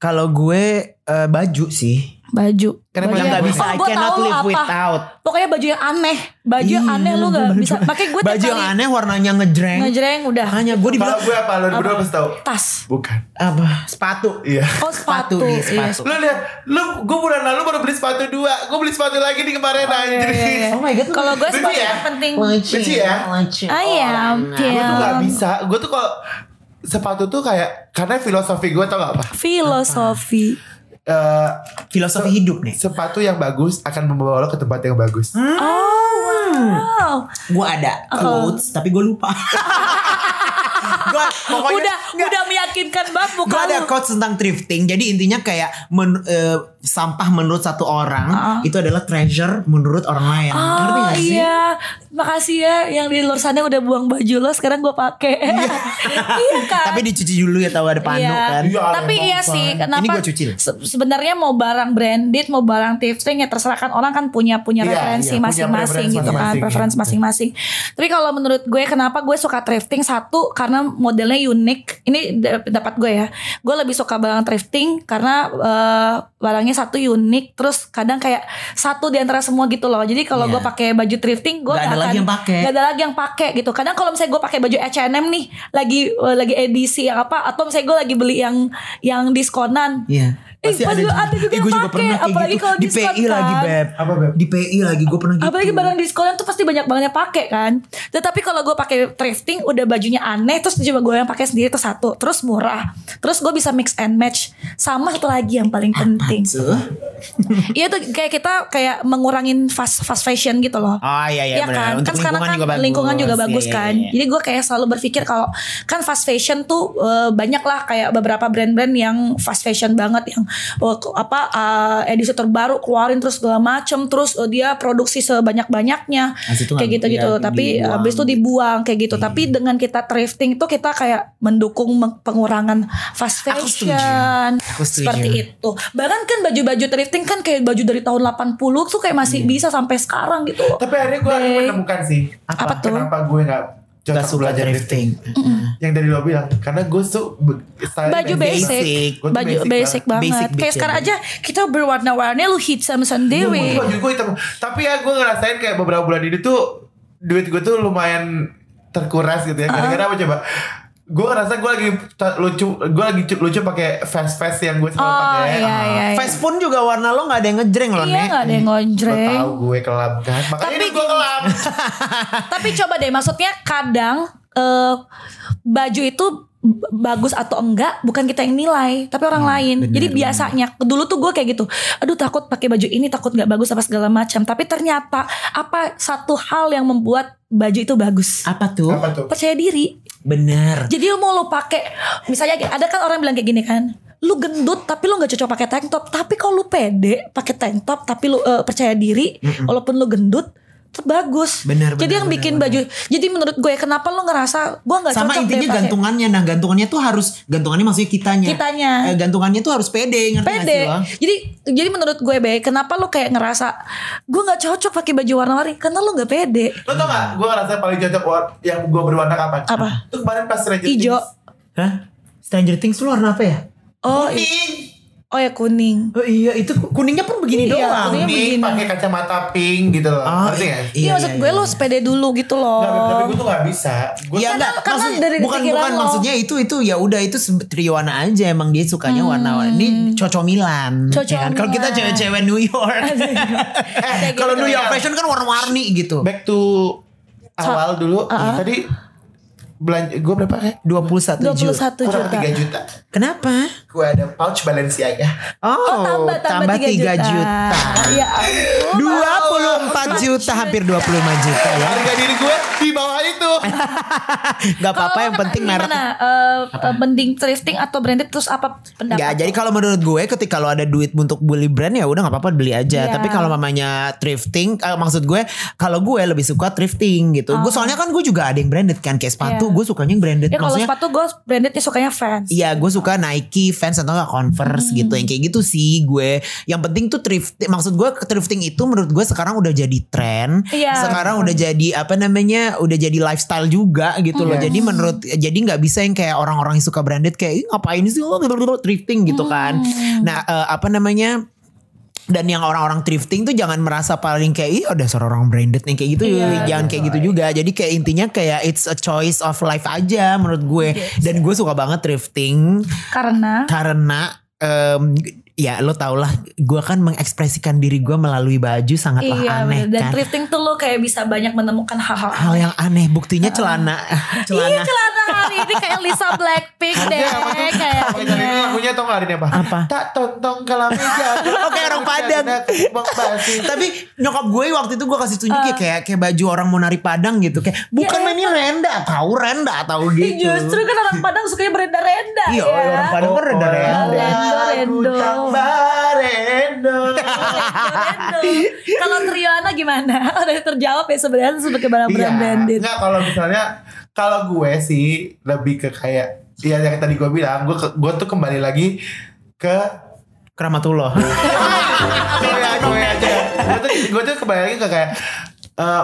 [SPEAKER 2] Kalau gue eh, Baju sih
[SPEAKER 4] baju.
[SPEAKER 3] Kenapa
[SPEAKER 4] Baju
[SPEAKER 3] yang nggak bisa?
[SPEAKER 4] Oh,
[SPEAKER 2] I
[SPEAKER 4] gua
[SPEAKER 2] cannot
[SPEAKER 4] tahu lu
[SPEAKER 2] live
[SPEAKER 4] apa.
[SPEAKER 2] without.
[SPEAKER 4] Pokoknya baju yang aneh, baju yang
[SPEAKER 2] Ih,
[SPEAKER 4] aneh lu nggak
[SPEAKER 2] baju-
[SPEAKER 4] bisa. Makanya gue tiap
[SPEAKER 2] baju yang
[SPEAKER 4] kali
[SPEAKER 2] aneh warnanya ngejreng.
[SPEAKER 4] ngejreng udah
[SPEAKER 2] Makanya gue
[SPEAKER 3] Kalau
[SPEAKER 2] dibilang
[SPEAKER 3] gue apa lo berdua pasti tahu.
[SPEAKER 4] tas.
[SPEAKER 3] Bukan.
[SPEAKER 2] apa? Sepatu.
[SPEAKER 3] Iya.
[SPEAKER 4] Oh
[SPEAKER 2] Sepatu
[SPEAKER 4] sepatu,
[SPEAKER 2] nih,
[SPEAKER 4] Iya,
[SPEAKER 2] sepatu.
[SPEAKER 3] Lo lihat, lo gue bulan lalu baru beli sepatu dua, gue beli sepatu lagi nih kemarin anjir.
[SPEAKER 2] Oh my god.
[SPEAKER 4] Kalau Ah. gue
[SPEAKER 3] Lucu
[SPEAKER 4] Iya, sepatu
[SPEAKER 3] ya?
[SPEAKER 4] yang penting.
[SPEAKER 2] iya.
[SPEAKER 4] iya,
[SPEAKER 3] Lucu ya?
[SPEAKER 2] Nah,
[SPEAKER 4] Ayam,
[SPEAKER 3] Gue tuh gak
[SPEAKER 4] ayam.
[SPEAKER 3] bisa. Gue tuh kalau sepatu tuh kayak karena filosofi gue tau gak apa?
[SPEAKER 4] Filosofi.
[SPEAKER 3] Eh,
[SPEAKER 2] Filosofi hidup nih.
[SPEAKER 3] sepatu yang bagus akan membawa lo ke tempat yang bagus.
[SPEAKER 4] Hmm?
[SPEAKER 2] Hmm.
[SPEAKER 4] Oh, Wow.
[SPEAKER 2] Gue ada quotes tapi gue lupa. gue pokoknya
[SPEAKER 4] udah
[SPEAKER 2] nggak.
[SPEAKER 4] udah meyakinkan banget muka
[SPEAKER 2] Gua ada
[SPEAKER 4] lu.
[SPEAKER 2] quotes tentang thrifting. Jadi intinya kayak men- eh, sampah menurut satu orang itu adalah treasure menurut orang lain. Ngerti
[SPEAKER 4] Oh
[SPEAKER 2] gak sih?
[SPEAKER 4] Ah. iya, makasih ya yang di luar sana udah buang baju lo, sekarang gue pakai. iya kan?
[SPEAKER 2] Tapi dicuci dulu ya tahu ada pandu
[SPEAKER 4] Iya.
[SPEAKER 2] kan.
[SPEAKER 3] Iya,
[SPEAKER 4] Tapi
[SPEAKER 3] emang,
[SPEAKER 4] iya
[SPEAKER 3] Pan.
[SPEAKER 4] sih, kenapa?
[SPEAKER 2] Ini gua cuci loh.
[SPEAKER 4] se- sebenarnya mau barang branded, mau barang thrifting ya terserah kan orang kan punya punya
[SPEAKER 3] Iya, iya,
[SPEAKER 4] referensi
[SPEAKER 3] punya
[SPEAKER 4] masing-masing
[SPEAKER 3] preference
[SPEAKER 4] gitu kan,
[SPEAKER 3] masing-masing,
[SPEAKER 4] preferensi
[SPEAKER 3] iya.
[SPEAKER 4] masing-masing. Tapi kalau menurut gue kenapa gue suka thrifting satu karena modelnya unik. Ini d- pendapat gue ya. Gue lebih suka barang thrifting karena eh, barangnya satu unik, terus kadang kayak satu di antara semua gitu loh. Jadi kalau
[SPEAKER 2] Iya.
[SPEAKER 4] gue pakai baju thrifting, gue
[SPEAKER 2] Nggak ada
[SPEAKER 4] nggak
[SPEAKER 2] lagi
[SPEAKER 4] akan-
[SPEAKER 2] yang pakai.
[SPEAKER 4] nggak ada lagi yang pakai gitu. Kadang kalau misalnya gue pakai baju H&M nih, lagi eh, lagi edisi yang apa, atau misalnya gue lagi beli yang yang diskonan,
[SPEAKER 2] Iya.
[SPEAKER 4] Eh, pas lu ada juga yang
[SPEAKER 2] gue
[SPEAKER 4] pakai, apalagi kalau
[SPEAKER 2] gitu. Di
[SPEAKER 4] diskon,
[SPEAKER 2] PI lagi,
[SPEAKER 4] kan?
[SPEAKER 2] Beb.
[SPEAKER 3] Apa, Beb?
[SPEAKER 2] Di PI lagi gue pernah gitu.
[SPEAKER 4] Apalagi barang di sekolah tuh pasti banyak banget yang pakai kan. Tetapi kalau gue pakai thrifting udah bajunya aneh terus cuma gue yang pakai sendiri itu satu, terus murah. Terus gue bisa mix and match. Sama itu lagi yang paling penting.
[SPEAKER 2] Tuh.
[SPEAKER 4] Iya tuh kayak kita kayak mengurangin fast fast fashion gitu loh.
[SPEAKER 2] Oh iya iya
[SPEAKER 4] Iya
[SPEAKER 2] benar.
[SPEAKER 4] kan,
[SPEAKER 2] Untuk
[SPEAKER 4] kan sekarang kan
[SPEAKER 2] lingkungan juga bagus.
[SPEAKER 4] lingkungan juga
[SPEAKER 2] Iya,
[SPEAKER 4] bagus
[SPEAKER 2] iya,
[SPEAKER 4] kan.
[SPEAKER 2] iya.
[SPEAKER 4] Jadi gue kayak selalu berpikir kalau kan fast fashion tuh eh, banyak lah kayak beberapa brand-brand yang fast fashion banget yang eh, ke- apa eh, edisi terbaru keluarin terus segala macem terus eh, dia produksi sebanyak-banyaknya
[SPEAKER 2] Habis itu
[SPEAKER 4] kayak
[SPEAKER 2] nggak-
[SPEAKER 4] gitu-gitu.
[SPEAKER 2] Nah, iya,
[SPEAKER 4] Tapi
[SPEAKER 2] dibuang. Iya,
[SPEAKER 4] habis itu dibuang kayak gitu. Tapi dengan kita thrifting itu kita kayak mendukung meng- pengurangan fast
[SPEAKER 2] Aku setuju.
[SPEAKER 4] fashion
[SPEAKER 2] Aku setuju.
[SPEAKER 4] seperti itu. Bahkan kan baju-baju thrifting kan kayak baju dari tahun 80 tuh kayak
[SPEAKER 2] Iya.
[SPEAKER 4] masih bisa sampai sekarang gitu loh.
[SPEAKER 3] Tapi akhirnya gue
[SPEAKER 4] Baik.
[SPEAKER 3] menemukan sih
[SPEAKER 4] Apa tuh?
[SPEAKER 3] Kenapa gue gak cocok
[SPEAKER 2] Gak suka
[SPEAKER 3] belajar
[SPEAKER 2] drifting.
[SPEAKER 3] Yang dari lo bilang, karena gue tuh be- style
[SPEAKER 4] baju
[SPEAKER 3] yang
[SPEAKER 4] basic,
[SPEAKER 2] basic.
[SPEAKER 3] Gua tuh
[SPEAKER 4] baju basic,
[SPEAKER 3] basic
[SPEAKER 4] banget,
[SPEAKER 2] Basic
[SPEAKER 4] kayak
[SPEAKER 2] bitch
[SPEAKER 4] sekarang
[SPEAKER 2] ya.
[SPEAKER 4] aja kita berwarna-warni lu hitam
[SPEAKER 3] Gua-
[SPEAKER 4] sendiri
[SPEAKER 3] Baju gue hitam. Tapi ya gue ngerasain kayak beberapa bulan ini tuh duit gue tuh lumayan terkuras gitu ya. Gara-gara apa coba? Gue ngerasa gue lagi ta- lucu, gue lagi cu- lucu pakai fast fast yang gue selalu
[SPEAKER 4] oh
[SPEAKER 3] pakai.
[SPEAKER 4] iya iya iya.
[SPEAKER 2] Face pun juga warna lo gak ada yang ngejreng lo,
[SPEAKER 4] iya
[SPEAKER 2] Nek.
[SPEAKER 4] nggak ada yang
[SPEAKER 3] Gue
[SPEAKER 4] ngonjreng
[SPEAKER 3] tahu gue kelam kan. Makanya
[SPEAKER 4] Tapi
[SPEAKER 3] Tapi gue kelam.
[SPEAKER 4] Ah, tapi coba deh maksudnya kadang eh, baju itu b- bagus atau enggak bukan kita yang nilai tapi orang lain jadi biasanya dulu tuh gue kayak gitu aduh takut pakai baju ini takut nggak bagus apa segala macam tapi ternyata apa satu hal yang membuat baju itu bagus
[SPEAKER 2] Apa tuh?
[SPEAKER 3] Apa tuh?
[SPEAKER 4] percaya diri
[SPEAKER 2] Bener.
[SPEAKER 4] Jadi lu mau lo pakai misalnya kayak- ada kan orang bilang kayak gini kan, lu gendut tapi lu nggak cocok pakai tank top. Tapi kalau lu pede pakai tank top tapi lu eh, percaya diri walaupun lu gendut tetap bagus.
[SPEAKER 2] Benar,
[SPEAKER 4] Jadi
[SPEAKER 2] benar,
[SPEAKER 4] yang
[SPEAKER 2] benar,
[SPEAKER 4] bikin
[SPEAKER 2] benar.
[SPEAKER 4] baju. Jadi menurut gue kenapa lu ngerasa gua nggak cocok
[SPEAKER 2] Sama
[SPEAKER 4] deh
[SPEAKER 2] intinya
[SPEAKER 4] pakai-
[SPEAKER 2] gantungannya. Nah gantungannya tuh harus. Gantungannya maksudnya kitanya.
[SPEAKER 4] Kitanya.
[SPEAKER 2] Eh, gantungannya tuh harus pede. Ngerti gak
[SPEAKER 4] pede.
[SPEAKER 2] sih lo?
[SPEAKER 4] Jadi jadi menurut gue be, kenapa lu kayak ngerasa gue nggak cocok pakai baju warna-warni karena lu nggak pede.
[SPEAKER 3] Lo tau gak? Gue ngerasa paling cocok war- yang gue berwarna kapan?
[SPEAKER 4] Apa?
[SPEAKER 3] Tuh kemarin pas Stranger
[SPEAKER 4] Ijo.
[SPEAKER 3] Things.
[SPEAKER 2] Hah? Stranger Things lu warna apa ya?
[SPEAKER 4] Oh,
[SPEAKER 3] Kuning.
[SPEAKER 4] Oh ya kuning.
[SPEAKER 2] Oh iya itu ku- kuningnya pun begini
[SPEAKER 4] Iya,
[SPEAKER 2] doang.
[SPEAKER 4] kuningnya
[SPEAKER 3] Pink
[SPEAKER 4] begini.
[SPEAKER 3] pakai kacamata pink gitu loh.
[SPEAKER 2] Ah,
[SPEAKER 3] Ngerti gak?
[SPEAKER 2] i-
[SPEAKER 4] Iya, maksud gue lu sepede dulu gitu loh.
[SPEAKER 3] Nggak, tapi gue tuh gak bisa. Gue
[SPEAKER 2] Ya
[SPEAKER 4] Karena-
[SPEAKER 2] enggak,
[SPEAKER 4] karena
[SPEAKER 2] maksud,
[SPEAKER 4] dari
[SPEAKER 2] bukan
[SPEAKER 4] pikiran
[SPEAKER 2] bukan
[SPEAKER 4] lo.
[SPEAKER 2] maksudnya itu itu ya udah itu se- Triwana aja emang dia sukanya warna-warni. Ini Coco Milan.
[SPEAKER 4] Hmm. Coco
[SPEAKER 2] ya kan? Kalau kita
[SPEAKER 4] Milan. iya.
[SPEAKER 2] cewek-cewek New York. Eh,
[SPEAKER 4] Kayak
[SPEAKER 2] Kalau
[SPEAKER 4] gitu
[SPEAKER 2] New York
[SPEAKER 4] ya.
[SPEAKER 2] fashion kan warna-warni gitu.
[SPEAKER 3] back to awal dulu.
[SPEAKER 4] Ah,
[SPEAKER 3] Ya, tadi belanja gue berapa kayak?
[SPEAKER 2] 21 juta.
[SPEAKER 4] 21
[SPEAKER 3] Kurang
[SPEAKER 4] juta.
[SPEAKER 3] 3 juta.
[SPEAKER 2] Kenapa?
[SPEAKER 3] Gue ada pouch Balenciaga.
[SPEAKER 2] Oh,
[SPEAKER 4] Oh, tambah tambah,
[SPEAKER 2] 3
[SPEAKER 4] tiga
[SPEAKER 2] juta.
[SPEAKER 4] Iya. ampun.
[SPEAKER 2] 24 juta hampir 25 juta ya.
[SPEAKER 3] Harga diri gue di bawah itu.
[SPEAKER 2] Gak
[SPEAKER 4] Kalau
[SPEAKER 2] apa-apa
[SPEAKER 4] lo
[SPEAKER 2] yang
[SPEAKER 4] kan
[SPEAKER 2] penting merek
[SPEAKER 4] gimana? Eh, eh, mending thrifting atau branded terus apa pendapat? Ya,
[SPEAKER 2] Nggak, jadi kalau menurut gue ketika lo ada duit untuk beli brand ya udah nggak apa-apa beli aja.
[SPEAKER 4] Iya.
[SPEAKER 2] Tapi kalau mamanya thrifting, eh, maksud gue kalau gue lebih suka thrifting gitu. Gue soalnya kan gue juga ada yang branded kan kayak sepatu,
[SPEAKER 4] Oh. Iya.
[SPEAKER 2] gue sukanya yang branded.
[SPEAKER 4] Ya kalau
[SPEAKER 2] maksudnya
[SPEAKER 4] sepatu gue brandednya sukanya Vans.
[SPEAKER 2] Iya gue suka Nike fans atau gak Converse
[SPEAKER 4] Hmm.
[SPEAKER 2] gitu Yang kayak gitu sih gue Yang penting tuh thrifting Maksud gue ke- thrifting itu menurut gue sekarang udah jadi tren
[SPEAKER 4] Iya.
[SPEAKER 2] Sekarang udah jadi apa namanya Udah jadi lifestyle juga gitu loh
[SPEAKER 4] Iya.
[SPEAKER 2] Jadi menurut Jadi gak bisa yang kayak orang-orang yang suka branded Kayak "Ih, ngapain sih lo thrifting gitu
[SPEAKER 4] Hmm.
[SPEAKER 2] kan Nah eh, apa namanya dan yang orang-orang thrifting tuh jangan merasa paling kayak ih ada orang branded nih kayak gitu
[SPEAKER 4] Iya.
[SPEAKER 2] jangan kayak gitu juga jadi kayak intinya kayak it's a choice of life aja menurut gue dan gue suka banget thrifting
[SPEAKER 4] Karena
[SPEAKER 2] karena em, ya lo tau lah gue kan mengekspresikan diri gue melalui baju sangatlah
[SPEAKER 4] iya
[SPEAKER 2] aneh
[SPEAKER 4] bener. dan
[SPEAKER 2] kan
[SPEAKER 4] thrifting tuh lo kayak bisa banyak menemukan hal-hal
[SPEAKER 2] hal yang aneh buktinya celana
[SPEAKER 4] Iya
[SPEAKER 2] celana
[SPEAKER 4] celana hari ini kayak Lisa Blackpink
[SPEAKER 2] Iya,
[SPEAKER 4] deh Iya.
[SPEAKER 3] Pakai
[SPEAKER 2] gitu."
[SPEAKER 3] celana ini
[SPEAKER 4] kayaknya.
[SPEAKER 3] lagunya tau gak hari ini apa?
[SPEAKER 2] Apa?
[SPEAKER 3] Tak tontong kelam meja.
[SPEAKER 2] Oke, orang Padang.
[SPEAKER 3] Bang Basi.
[SPEAKER 2] tapi nyokap gue waktu itu gue kasih tunjuk ya kayak kayak baju orang mau nari padang gitu kayak bukan
[SPEAKER 4] Ya,
[SPEAKER 2] ini renda tahu renda tahu
[SPEAKER 4] Ih,
[SPEAKER 2] gitu
[SPEAKER 4] Justru kan orang Padang sukanya berenda-renda
[SPEAKER 2] Iya,
[SPEAKER 4] ya. Iya,
[SPEAKER 2] orang Padang kan renda-renda.
[SPEAKER 4] Rendo, rendo.
[SPEAKER 3] Tambah rendo.
[SPEAKER 4] Rendo-rendo. Kalau Triana gimana? Udah terjawab ya sebenarnya sebagai barang
[SPEAKER 3] Iya.
[SPEAKER 4] barang branded.
[SPEAKER 3] Enggak kalau misalnya kalau gue sih lebih ke kayak ya yang tadi gue bilang gue ke- gue tuh kembali lagi ke
[SPEAKER 2] Kramatullah.
[SPEAKER 3] gue gue aja. Gue tuh gue tuh kembali lagi ke kayak eh,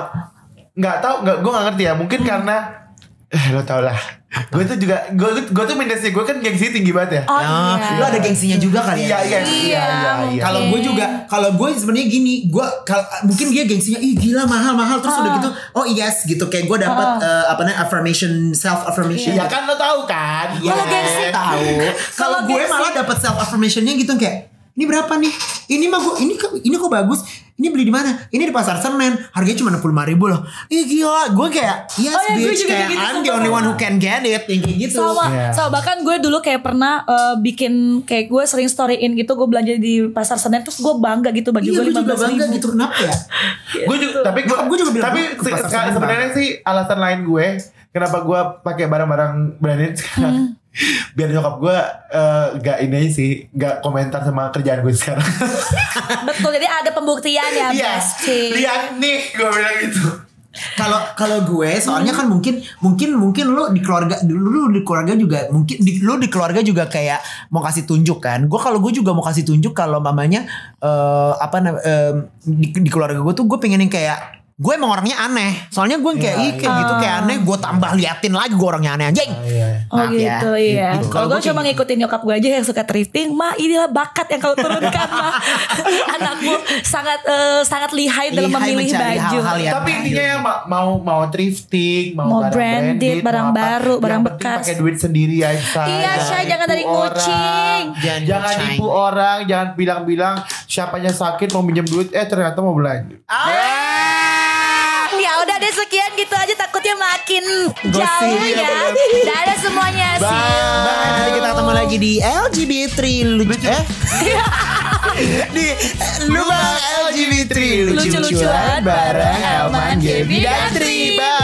[SPEAKER 3] nggak tahu nggak gue nggak ngerti ya mungkin karena eh, lo tau lah gue tuh juga gue tuh gue tuh mindsetnya gue kan gengsi tinggi banget ya
[SPEAKER 4] Oh,
[SPEAKER 2] Ah,
[SPEAKER 4] iya.
[SPEAKER 2] Lo ada gengsinya juga kali
[SPEAKER 3] iya
[SPEAKER 2] ya.
[SPEAKER 3] iya iya iya
[SPEAKER 2] Kalau gue juga, kalau gue sebenarnya gini, gue kalau mungkin dia gengsinya, ih gila mahal mahal, terus udah gitu, oh yes gitu, kayak gue dapat eh, apa namanya affirmation, self affirmation.
[SPEAKER 3] Iya kan lo tahu kan gue.
[SPEAKER 4] Kalau gengsi
[SPEAKER 2] tahu. Iya. Kalau
[SPEAKER 4] Kalau
[SPEAKER 2] gue
[SPEAKER 4] gengsi-
[SPEAKER 2] malah dapat self affirmationnya gitu kayak, ini berapa nih? Ini mah gue, ini kok- ini kok bagus? Ini beli di mana? Ini di pasar Senen, harganya cuma enam puluh ribu loh. Ih gila, gue kayak yes
[SPEAKER 4] Oh, iya, gue
[SPEAKER 2] bitch,
[SPEAKER 4] juga
[SPEAKER 2] kayak
[SPEAKER 4] gitu-gitu
[SPEAKER 2] I'm the
[SPEAKER 4] sama.
[SPEAKER 2] only one who can get it, yang kayak gitu.
[SPEAKER 4] sama
[SPEAKER 3] Iya.
[SPEAKER 4] sama bahkan gue dulu kayak pernah eh, bikin kayak gue sering storyin gitu gue belanja di pasar senen terus gue bangga gitu baju
[SPEAKER 2] Iya,
[SPEAKER 4] gue
[SPEAKER 2] gue juga
[SPEAKER 4] 15
[SPEAKER 2] bangga gitu kenapa ya?
[SPEAKER 3] gue juga tapi gue
[SPEAKER 2] Gua juga bilang,
[SPEAKER 3] tapi
[SPEAKER 2] "Gua ke
[SPEAKER 3] se-
[SPEAKER 2] pasar
[SPEAKER 3] se-
[SPEAKER 2] Senen
[SPEAKER 3] sebenarnya sih alasan lain gue kenapa gue pakai barang-barang branded
[SPEAKER 4] Hmm.
[SPEAKER 3] sekarang biar nyokap gue eh, gak ini aja sih gak komentar sama kerjaan gue sekarang
[SPEAKER 4] betul jadi ada pembuktian ya
[SPEAKER 3] iya
[SPEAKER 4] bestie
[SPEAKER 3] lihat nih gue bilang gitu
[SPEAKER 2] kalau kalau gue soalnya kan mungkin mungkin mungkin lo di keluarga dulu lu di keluarga juga mungkin di, lo di keluarga juga kayak mau kasih tunjuk kan gue kalau gue juga mau kasih tunjuk kalau mamanya eh apa nam- eh, di, di keluarga gue tuh gue pengen yang kayak gue emang orangnya aneh soalnya gue yang kayak
[SPEAKER 3] Iya,
[SPEAKER 2] ih kayak gitu kayak aneh gue tambah liatin lagi gue orangnya aneh anjing
[SPEAKER 3] iya
[SPEAKER 4] Oh
[SPEAKER 2] Maaf
[SPEAKER 4] gitu
[SPEAKER 2] ya.
[SPEAKER 4] iya.
[SPEAKER 2] Gitu. Kalau
[SPEAKER 4] Kalau gue
[SPEAKER 2] gua kayak
[SPEAKER 4] cuma
[SPEAKER 2] gitu.
[SPEAKER 4] ngikutin nyokap gue aja yang suka thrifting, mah inilah bakat yang kau turunkan mah. Anakmu sangat eh, sangat lihai dalam
[SPEAKER 2] Lihai
[SPEAKER 4] memilih
[SPEAKER 2] mencari
[SPEAKER 4] baju.
[SPEAKER 2] hal-hal yang-
[SPEAKER 3] tapi intinya ya ma- mau mau thrifting mau,
[SPEAKER 4] Iya, Mau
[SPEAKER 3] barang
[SPEAKER 4] branded,
[SPEAKER 3] branded
[SPEAKER 4] barang
[SPEAKER 3] mau apa.
[SPEAKER 4] baru,
[SPEAKER 3] Yang
[SPEAKER 4] barang
[SPEAKER 3] penting
[SPEAKER 4] bekas.
[SPEAKER 3] pakai duit sendiri ya Shay.
[SPEAKER 4] Iya, Shay, jangan dari
[SPEAKER 3] nipu
[SPEAKER 4] kucing.
[SPEAKER 3] orang. jangan, nipu orang jangan bilang-bilang siapanya sakit mau minjem duit eh ternyata mau belanja
[SPEAKER 2] Ah!
[SPEAKER 4] Ya udah deh sekian gitu aja takutnya makin jauh
[SPEAKER 2] Gosip.
[SPEAKER 4] ya. Dadah semuanya sih.
[SPEAKER 2] Bye. Nanti kita ketemu lagi di LGBT lucu eh di lupa LGBT lucu-lucuan
[SPEAKER 4] Lucu-lucuan
[SPEAKER 2] bareng
[SPEAKER 4] bareng
[SPEAKER 2] Elman
[SPEAKER 4] Elman
[SPEAKER 2] Gaby dan
[SPEAKER 4] Gaby dan Tri.
[SPEAKER 2] Tri. Bye.